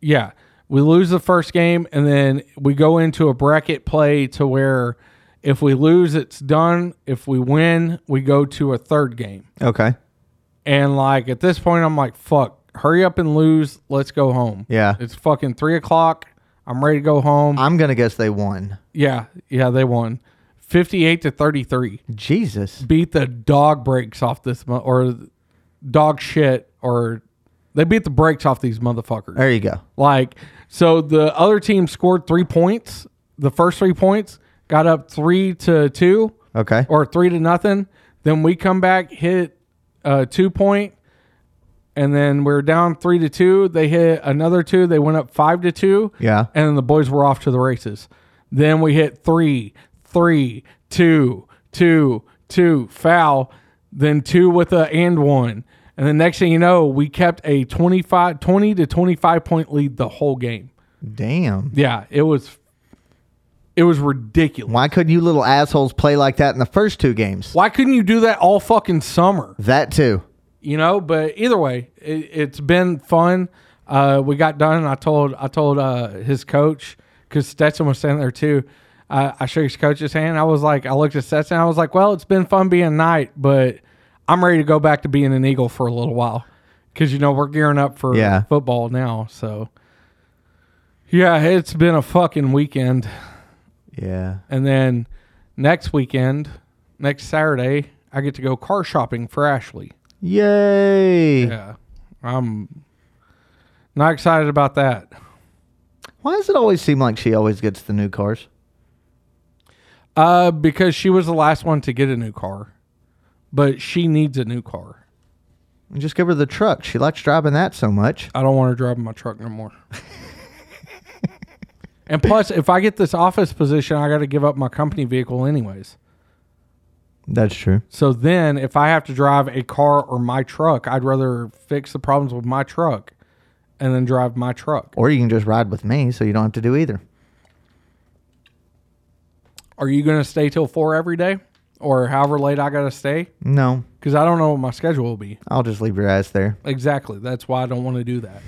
Speaker 1: yeah, we lose the first game, and then we go into a bracket play to where if we lose, it's done. If we win, we go to a third game.
Speaker 2: Okay.
Speaker 1: And like at this point, I'm like, fuck, hurry up and lose. Let's go home.
Speaker 2: Yeah.
Speaker 1: It's fucking three o'clock. I'm ready to go home.
Speaker 2: I'm gonna guess they won.
Speaker 1: yeah, yeah, they won, fifty-eight to thirty-three
Speaker 2: Jesus.
Speaker 1: beat the dog brakes off this mo- or dog shit or they beat the brakes off these motherfuckers.
Speaker 2: There you go.
Speaker 1: Like so the other team scored 3 points, the first 3 points, got up 3 to 2
Speaker 2: Okay.
Speaker 1: or 3 to nothing. Then we come back, hit a 2 point and then we're down 3 to 2. They hit another 2, they went up 5 to 2
Speaker 2: Yeah.
Speaker 1: and then the boys were off to the races. Then we hit three, three, two, two, two, foul, then two with a and one. And the next thing you know, we kept a 25, 20 to 25 point lead the whole game.
Speaker 2: Damn.
Speaker 1: Yeah, it was it was ridiculous.
Speaker 2: Why couldn't you little assholes play like that in the first two games?
Speaker 1: Why couldn't you do that all fucking summer?
Speaker 2: That too.
Speaker 1: You know, but either way, it, it's been fun. Uh, we got done. And I told I told uh, his coach because Stetson was standing there too. Uh, I shook his coach's hand. I was like, I looked at Stetson. I was like, well, it's been fun being night, but I'm ready to go back to being an Eagle for a little while because you know we're gearing up for
Speaker 2: Yeah.
Speaker 1: football now. So yeah, it's been a fucking weekend.
Speaker 2: Yeah.
Speaker 1: And then next weekend, next Saturday, I get to go car shopping for Ashley.
Speaker 2: Yay.
Speaker 1: Yeah. I'm not excited about that.
Speaker 2: Why does it always seem like she always gets the new cars?
Speaker 1: Uh, because she was the last one to get a new car, but she needs a new car.
Speaker 2: Just give her the truck. She likes driving that so much.
Speaker 1: I don't want her driving my truck no more. and plus, if I get this office position, I got to give up my company vehicle anyways.
Speaker 2: That's true.
Speaker 1: So then, if I have to drive a car or my truck, I'd rather fix the problems with my truck and then drive my truck.
Speaker 2: Or you can just ride with me so you don't have to do either.
Speaker 1: Are you going to stay till four every day or however late I got to stay?
Speaker 2: No,
Speaker 1: Because I don't know what my schedule will be.
Speaker 2: I'll just leave your ass there.
Speaker 1: Exactly. That's why I don't want to do that.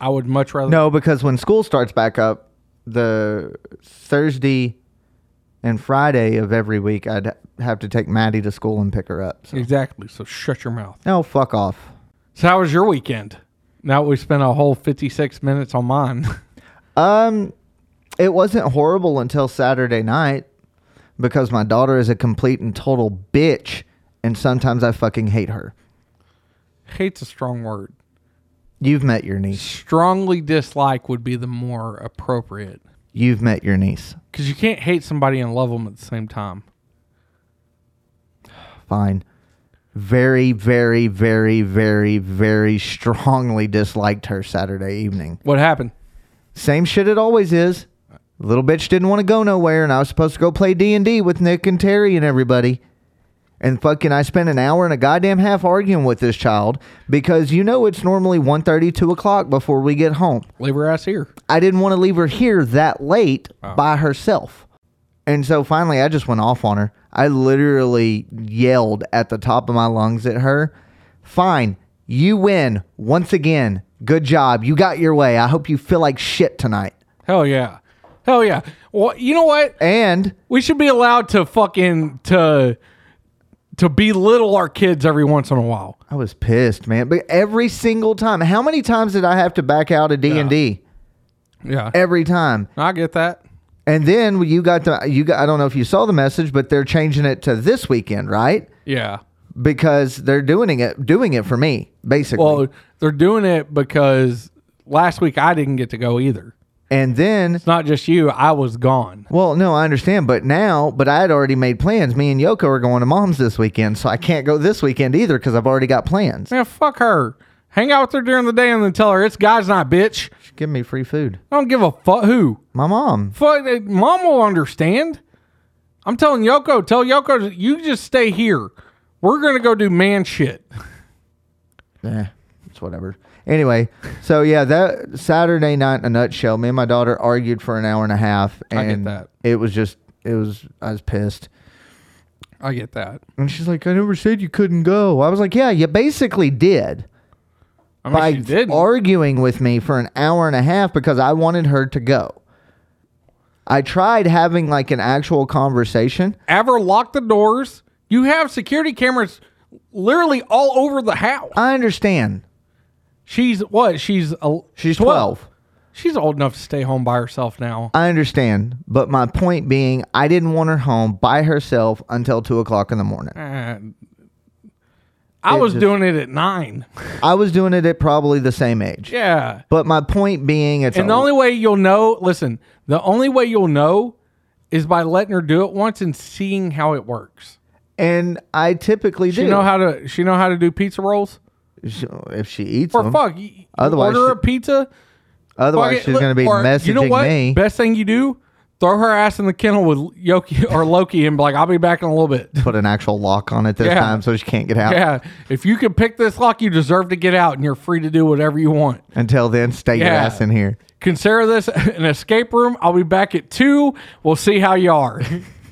Speaker 1: I would much rather.
Speaker 2: No, because when school starts back up, the Thursday and Friday of every week, I'd have to take Maddie to school and pick her up. So.
Speaker 1: Exactly. So shut your mouth.
Speaker 2: No, fuck off.
Speaker 1: So how was your weekend? Now that we spent a whole 56 minutes on mine.
Speaker 2: Um, it wasn't horrible until Saturday night because my daughter is a complete and total bitch, and sometimes I fucking hate her.
Speaker 1: Hate's a strong word.
Speaker 2: You've met your niece.
Speaker 1: Strongly dislike would be the more appropriate.
Speaker 2: You've met your niece.
Speaker 1: Because you can't hate somebody and love them at the same time.
Speaker 2: Fine. Very, very, very, very, very strongly disliked her Saturday evening.
Speaker 1: What happened?
Speaker 2: Same shit it always is. Little bitch didn't want to go nowhere, and I was supposed to go play D and D with Nick and Terry and everybody. And fucking, I spent an hour and a goddamn half arguing with this child because you know it's normally 1.30, 2 o'clock before we get home.
Speaker 1: Leave her ass here.
Speaker 2: I didn't want to leave her here that late by herself. And so finally, I just went off on her. I literally yelled at the top of my lungs at her. Fine, you win once again. Good job. You got your way. I hope you feel like shit tonight.
Speaker 1: Hell yeah. Hell yeah. Well, you know what?
Speaker 2: And
Speaker 1: We should be allowed to fucking to to belittle our kids every once in a while.
Speaker 2: I was pissed, man. But every single time, how many times did I have to back out of D and D?
Speaker 1: Yeah.
Speaker 2: Every time.
Speaker 1: I get that.
Speaker 2: And then when you got the you got I don't know if you saw the message, but they're changing it to this weekend, right?
Speaker 1: Yeah.
Speaker 2: Because they're doing it doing it for me, basically.
Speaker 1: Well, they're doing it because last week I didn't get to go either.
Speaker 2: and then
Speaker 1: It's not just you, I was gone.
Speaker 2: well, no, I understand, but now, but I had already made plans. Me and Yoko are going to mom's this weekend, so I can't go this weekend either because I've already got plans.
Speaker 1: Man, fuck her. Hang out with her during the day and then tell her it's guys night, bitch.
Speaker 2: She's giving me free food.
Speaker 1: I don't give a fuck who.
Speaker 2: My mom.
Speaker 1: Fuck, eh, mom will understand. I'm telling Yoko, tell Yoko, you just stay here. We're gonna go do man shit.
Speaker 2: Eh, it's whatever. Anyway, so yeah, that Saturday night in a nutshell, me and my daughter argued for an hour and a half and
Speaker 1: get that.
Speaker 2: it was just it was I was pissed.
Speaker 1: I get that.
Speaker 2: And she's like, I never said you couldn't go. I was like, Yeah, you basically did
Speaker 1: I mean,
Speaker 2: by
Speaker 1: she didn't.
Speaker 2: arguing with me for an hour and a half because I wanted her to go. I tried having like an actual conversation.
Speaker 1: ever lock the doors. You have security cameras literally all over the house.
Speaker 2: I understand.
Speaker 1: She's what? She's a,
Speaker 2: She's 12.
Speaker 1: She's old enough to stay home by herself now.
Speaker 2: I understand. But my point being, I didn't want her home by herself until two o'clock in the morning.
Speaker 1: Eh, I was
Speaker 2: just-
Speaker 1: doing it at nine.
Speaker 2: I was doing it at probably the same age.
Speaker 1: Yeah.
Speaker 2: But my point being, it's
Speaker 1: And
Speaker 2: a-
Speaker 1: the only way you'll know, listen, the only way you'll know is by letting her do it once and seeing how it works.
Speaker 2: and I typically do.
Speaker 1: She know how to she know how to do pizza rolls?
Speaker 2: She- if she eats
Speaker 1: For
Speaker 2: them.
Speaker 1: fuck. You you
Speaker 2: Otherwise
Speaker 1: order
Speaker 2: she-
Speaker 1: a pizza,
Speaker 2: Otherwise,
Speaker 1: Fuck it,
Speaker 2: she's
Speaker 1: look-
Speaker 2: going to be
Speaker 1: or
Speaker 2: messaging
Speaker 1: you know what?
Speaker 2: me.
Speaker 1: Best thing you do, throw her ass in the kennel with Yoki or Loki and be like, I'll be back in a little bit.
Speaker 2: Put an actual lock on it this
Speaker 1: Yeah.
Speaker 2: time so she can't get out.
Speaker 1: Yeah. If you can pick this lock, you deserve to get out and you're free to do whatever you want.
Speaker 2: Until then, stay your
Speaker 1: Yeah.
Speaker 2: ass in here.
Speaker 1: Consider this an escape room. I'll be back at two. We'll see how you are. and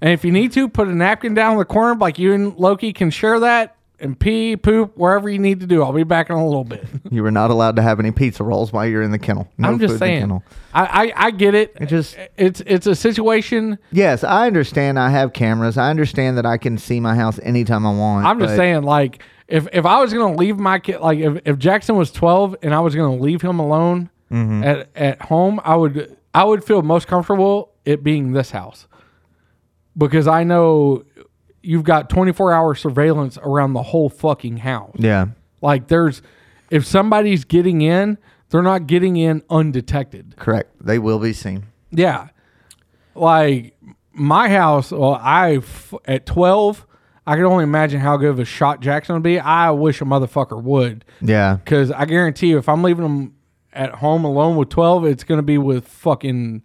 Speaker 1: if you need to, put a napkin down in the corner like you and Loki can share that and pee, poop, wherever you need to do. I'll be back in a little bit.
Speaker 2: You were not allowed to have any pizza rolls while you're in the kennel. No
Speaker 1: I'm
Speaker 2: food
Speaker 1: just
Speaker 2: in the
Speaker 1: saying.
Speaker 2: kennel.
Speaker 1: I, I, I get it.
Speaker 2: It just
Speaker 1: It's it's a situation
Speaker 2: yes, I understand. I have cameras. I understand that I can see my house anytime I want.
Speaker 1: I'm just
Speaker 2: but
Speaker 1: saying, like, if if I was gonna leave my kid, like, if, if Jackson was 12 and I was gonna leave him alone at at home, I would I would feel most comfortable it being this house because I know you've got 24 hour surveillance around the whole fucking house.
Speaker 2: Yeah,
Speaker 1: Like, there's if somebody's getting in, they're not getting in undetected.
Speaker 2: correct. They will be seen.
Speaker 1: Yeah. Like my house, well, I f- at 12, I can only imagine how good of a shot Jackson would be. I wish a motherfucker would
Speaker 2: Yeah,
Speaker 1: cuz I guarantee you if I'm leaving him at home alone with 12, it's going to be with fucking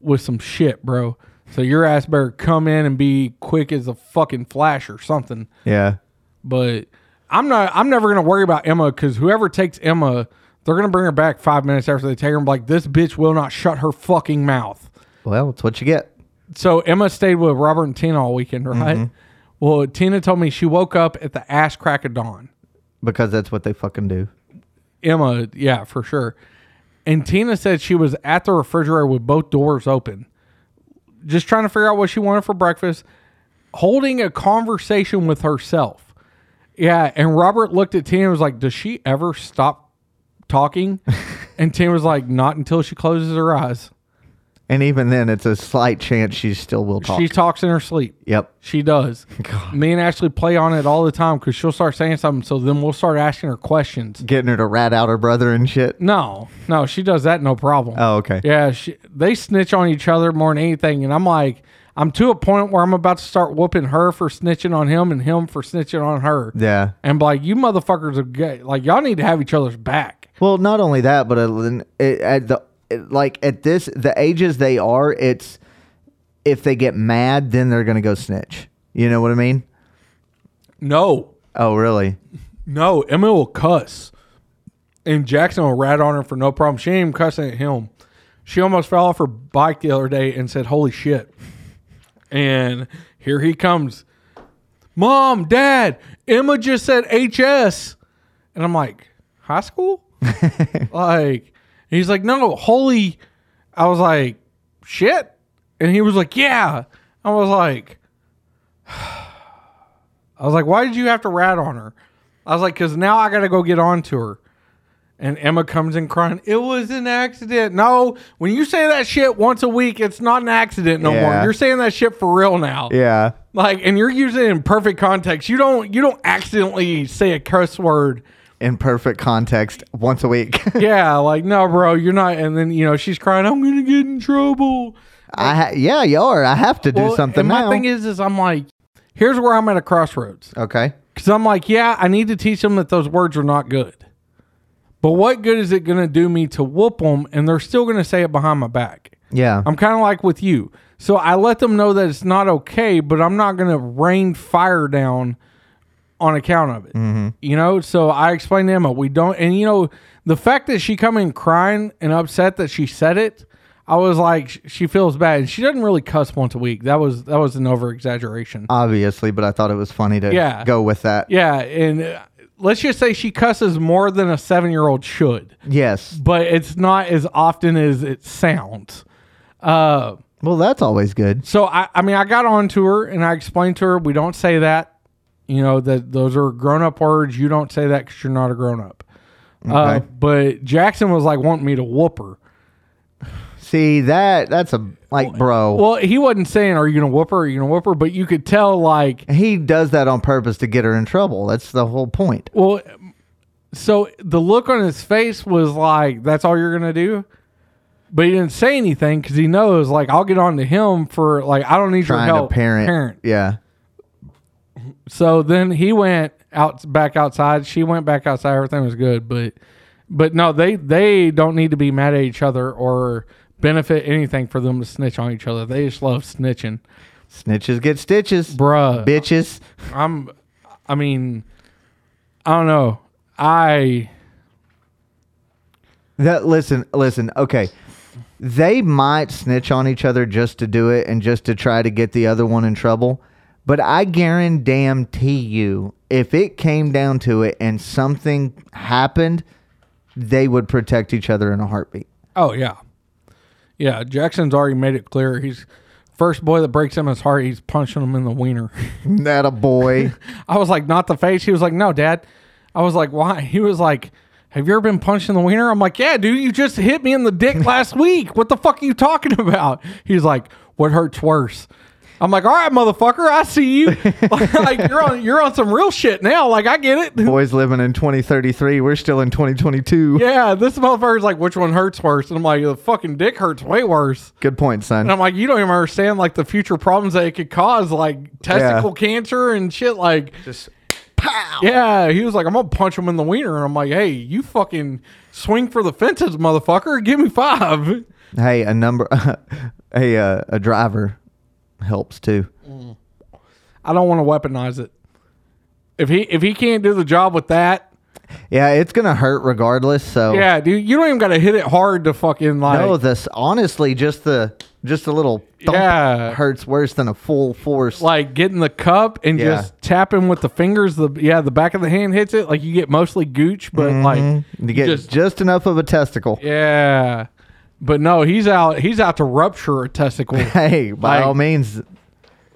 Speaker 1: with some shit, bro. So your ass better come in and be quick as a fucking flash or something.
Speaker 2: yeah.
Speaker 1: But I'm not. I'm never gonna worry about Emma because whoever takes Emma, they're gonna bring her back five minutes after they take her. And be like, this bitch will not shut her fucking mouth.
Speaker 2: Well, it's what you get.
Speaker 1: So Emma stayed with Robert and Tina all weekend, right? Well, Tina told me she woke up at the ass crack of dawn.
Speaker 2: Because that's what they fucking do.
Speaker 1: Emma, yeah, for sure. And Tina said she was at the refrigerator with both doors open, just trying to figure out what she wanted for breakfast, holding a conversation with herself. Yeah, and Robert looked at Tina and was like, Does she ever stop talking? and Tina was like, Not until she closes her eyes.
Speaker 2: And even then, it's a slight chance she still will talk.
Speaker 1: She talks in her sleep.
Speaker 2: yep.
Speaker 1: She does. Me and Ashley play on it all the time because she'll start saying something. So then we'll start asking her questions.
Speaker 2: Getting her to rat out her brother and shit.
Speaker 1: No, no, she does that no problem.
Speaker 2: Oh, okay.
Speaker 1: Yeah, she, they snitch on each other more than anything. And I'm like, I'm to a point where I'm about to start whooping her for snitching on him and him for snitching on her.
Speaker 2: Yeah.
Speaker 1: And be like, you motherfuckers are gay. Like, y'all need to have each other's back.
Speaker 2: Well, not only that, but uh, it, at the it- like at this the ages they are, it's if they get mad, then they're gonna go snitch. You know what I mean?
Speaker 1: No,
Speaker 2: Oh, really?
Speaker 1: no, Emma will cuss. And Jackson will rat on her for no problem. She ain't even cussing at him. She almost fell off her bike the other day and said, holy shit. And here he comes. Mom, dad, Emma just said HS. And I'm like, high school? like, and he's like, no, holy. I was like, shit. And he was like, yeah. I was like, I was like, why did you have to rat on her? I was like, because now I got to go get on to her. And Emma comes in crying, it was an accident. No, when you say that shit once a week, it's not an accident no more.
Speaker 2: Yeah.
Speaker 1: You're saying that shit for real now.
Speaker 2: Yeah.
Speaker 1: Like, and you're using it in perfect context. You don't, you don't accidentally say a cuss word
Speaker 2: In perfect context, once a week.
Speaker 1: yeah, like no, bro, you're not. And then you know she's crying. I'm gonna get in trouble.
Speaker 2: I ha- yeah, you are. I have to do
Speaker 1: Well,
Speaker 2: something
Speaker 1: and
Speaker 2: now.
Speaker 1: My thing is, is I'm like, here's where I'm at a crossroads.
Speaker 2: okay.
Speaker 1: Because I'm like, yeah, I need to teach them that those words are not good. But what good is it gonna do me to whoop them, and they're still gonna say it behind my back?
Speaker 2: Yeah.
Speaker 1: I'm kind of like with you. So I let them know that it's not okay, but I'm not going to rain fire down on account of it. You know, so I explained to Emma, we don't, and you know, the fact that she come in crying and upset that she said it, I was like, sh- she feels bad. And she doesn't really cuss once a week. That was, that was an over exaggeration.
Speaker 2: Uh, Obviously, but I thought it was funny to
Speaker 1: Yeah.
Speaker 2: go with that.
Speaker 1: yeah. And uh, let's just say she cusses more than a seven year old should,
Speaker 2: Yes.
Speaker 1: but it's not as often as it sounds. Uh,
Speaker 2: Well, that's always good.
Speaker 1: So I, I mean, I got on to her and I explained to her we don't say that. You know that those are grown up words. You don't say that because you're not a grown up. Uh,
Speaker 2: Okay.
Speaker 1: but Jackson was like wanting me to whoop her.
Speaker 2: See that? That's a like, bro.
Speaker 1: Well, he wasn't saying, "Are you gonna whoop her? Are you gonna whoop her?" But you could tell, like,
Speaker 2: he does that on purpose to get her in trouble. That's the whole point.
Speaker 1: well, so the look on his face was like, "That's all you're gonna do." But he didn't say anything because he knows, like, I'll get on to him for like, I don't need
Speaker 2: Trying
Speaker 1: your help,
Speaker 2: to parent.
Speaker 1: Parent.
Speaker 2: Yeah.
Speaker 1: So then he went out back outside. She went back outside. Everything was good, but but no, they they don't need to be mad at each other or benefit anything for them to snitch on each other. They just love snitching,
Speaker 2: Snitches get stitches.
Speaker 1: bruh.
Speaker 2: Bitches.
Speaker 1: I'm, I mean, I don't know. I
Speaker 2: That listen, listen. Okay. They might snitch on each other just to do it and just to try to get the other one in trouble. But I guarantee you, if it came down to it and something happened, they would protect each other in a heartbeat.
Speaker 1: oh yeah, yeah. Jackson's already made it clear. He's first boy that breaks Emma's heart. He's punching him in the wiener.
Speaker 2: That a boy.
Speaker 1: I was like, not the face. He was like, no, dad. I was like, why? He was like, have you ever been punched in the wiener? I'm like, yeah, dude, you just hit me in the dick last week. What the fuck are you talking about? He's like, what hurts worse? I'm like, all right, motherfucker, I see you. like you're on you're on some real shit now. Like I get it.
Speaker 2: Boys living in 2033. We're still in 2022.
Speaker 1: yeah, this motherfucker's like, which one hurts worse? And I'm like, the fucking dick hurts way worse.
Speaker 2: Good point,
Speaker 1: And
Speaker 2: son.
Speaker 1: I'm like, you don't even understand like the future problems that it could cause, like testicle cancer and shit. Like
Speaker 2: Just pow.
Speaker 1: Yeah, he was like, I'm gonna punch him in the wiener, and I'm like, hey, you fucking swing for the fences, motherfucker. Give me five.
Speaker 2: Hey, a number, a uh, a driver helps too.
Speaker 1: I don't want to weaponize it. If he if he can't do the job with that,
Speaker 2: Yeah, it's gonna hurt regardless. So
Speaker 1: yeah, dude, you don't even gotta hit it hard to fucking like.
Speaker 2: Oh. no, this honestly, just the just a little thump
Speaker 1: Yeah.
Speaker 2: hurts worse than a full force.
Speaker 1: like getting the cup and
Speaker 2: Yeah.
Speaker 1: just tapping with the fingers, the yeah, the back of the hand hits it. Like you get mostly gooch, but like
Speaker 2: Mm-hmm. you get
Speaker 1: just-
Speaker 2: just, enough of a testicle.
Speaker 1: yeah. But no, he's out. He's out to rupture a testicle.
Speaker 2: Hey, by
Speaker 1: Like-
Speaker 2: all means,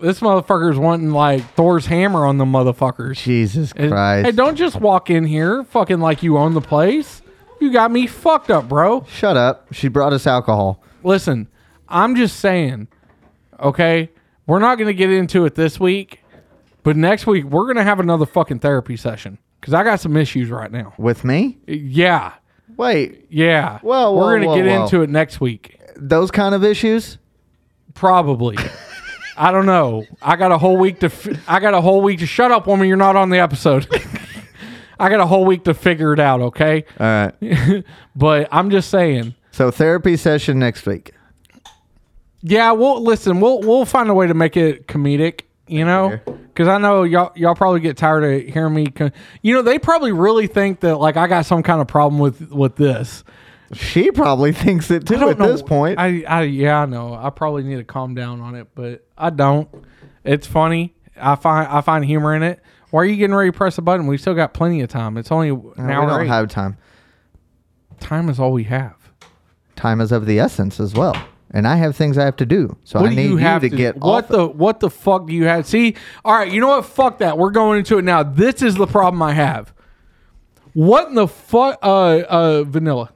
Speaker 1: this motherfucker's wanting like Thor's hammer on them motherfuckers.
Speaker 2: Jesus
Speaker 1: And-
Speaker 2: Christ!
Speaker 1: Hey, don't just walk in here fucking like you own the place. You got me fucked up, bro.
Speaker 2: Shut up. She brought us alcohol.
Speaker 1: Listen, I'm just saying, okay? We're not going to get into it this week, but next week we're going to have another fucking therapy session because I got some issues right now.
Speaker 2: With me?
Speaker 1: Yeah.
Speaker 2: Wait,
Speaker 1: Yeah.
Speaker 2: Whoa,
Speaker 1: we're
Speaker 2: whoa,
Speaker 1: gonna
Speaker 2: whoa,
Speaker 1: get
Speaker 2: whoa.
Speaker 1: into it next week.
Speaker 2: those kind of issues?
Speaker 1: Probably. I don't know. I got a whole week to. Fi- I got a whole week to shut up, woman. You're not on the episode. I got a whole week to figure it out. Okay,
Speaker 2: All right.
Speaker 1: but I'm just saying.
Speaker 2: So therapy session next week.
Speaker 1: Yeah, we'll listen. We'll we'll find a way to make it comedic, you know, because I know y'all y'all probably get tired of hearing me. Co- you know, they probably really think that like I got some kind of problem with with this.
Speaker 2: She probably thinks it too
Speaker 1: I don't
Speaker 2: at
Speaker 1: know-
Speaker 2: this point.
Speaker 1: I, I yeah, I know. I probably need to calm down on it, but I don't. It's funny. I find I find humor in it. Why are you getting ready to press a button? We still got plenty of time. It's only an
Speaker 2: No, we
Speaker 1: hour.
Speaker 2: don't
Speaker 1: eight.
Speaker 2: have time.
Speaker 1: time is all we have.
Speaker 2: time is of the essence as well. And I have things I have to do. So
Speaker 1: What
Speaker 2: I
Speaker 1: do
Speaker 2: need
Speaker 1: you
Speaker 2: you,
Speaker 1: have
Speaker 2: to, get
Speaker 1: what
Speaker 2: off
Speaker 1: the what the fuck do you have? See, all right, you know what? Fuck that. We're going into it now. This is the problem I have. What in the fuck? Uh, uh, vanilla.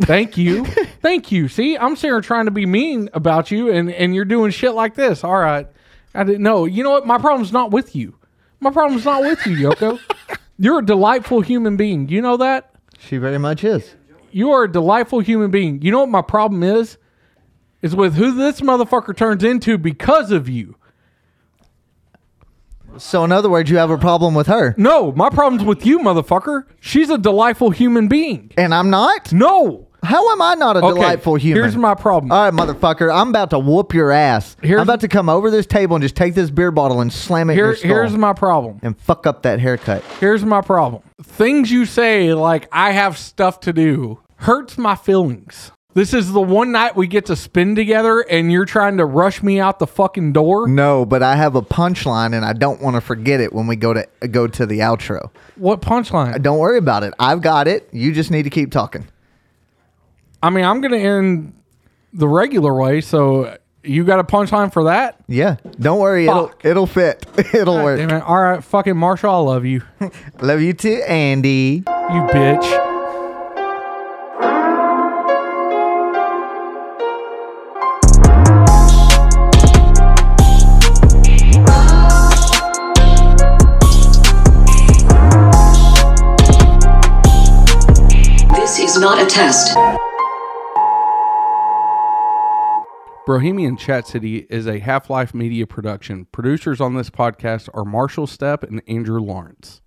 Speaker 1: Thank you, thank you. See, I'm sitting here trying to be mean about you, and and you're doing shit like this. All right, I didn't know. You know what? My problem's not with you. My problem's not with you, Yoko. you're a delightful human being. You know that.
Speaker 2: She very much is.
Speaker 1: You are a delightful human being. You know what my problem is? Is with who this motherfucker turns into because of you.
Speaker 2: So in other words, you have a problem with her.
Speaker 1: No, my problem's with you, motherfucker. She's a delightful human being.
Speaker 2: And I'm not?
Speaker 1: No.
Speaker 2: How am I not a
Speaker 1: Okay,
Speaker 2: delightful human? Uh,
Speaker 1: Here's my problem.
Speaker 2: All right, motherfucker, I'm about to whoop your ass.
Speaker 1: Here's-
Speaker 2: I'm about to come over this table and just take this beer bottle and slam it in
Speaker 1: Here,
Speaker 2: your skull
Speaker 1: here's my problem.
Speaker 2: and fuck up that haircut.
Speaker 1: Here's my problem. Things you say like I have stuff to do hurts my feelings. This is the one night we get to spend together and you're trying to rush me out the fucking door.
Speaker 2: No, but I have a punchline and I don't want to forget it when we go to go to the outro.
Speaker 1: What punchline?
Speaker 2: Don't worry about it. I've got it. You just need to keep talking.
Speaker 1: I mean, I'm going to end the regular way, so you got a punchline for that?
Speaker 2: Yeah. Don't worry.
Speaker 1: Fuck.
Speaker 2: It'll it'll fit. It'll work.
Speaker 1: Damn it. All right, fucking Marshall, I love you. you
Speaker 2: Love you too, Andy.
Speaker 1: bitch.
Speaker 3: This is not a test.
Speaker 1: Bohemian Chat City is a Half Life Media production. Producers on this podcast are Marshall Stepp and Andrew Lawrence.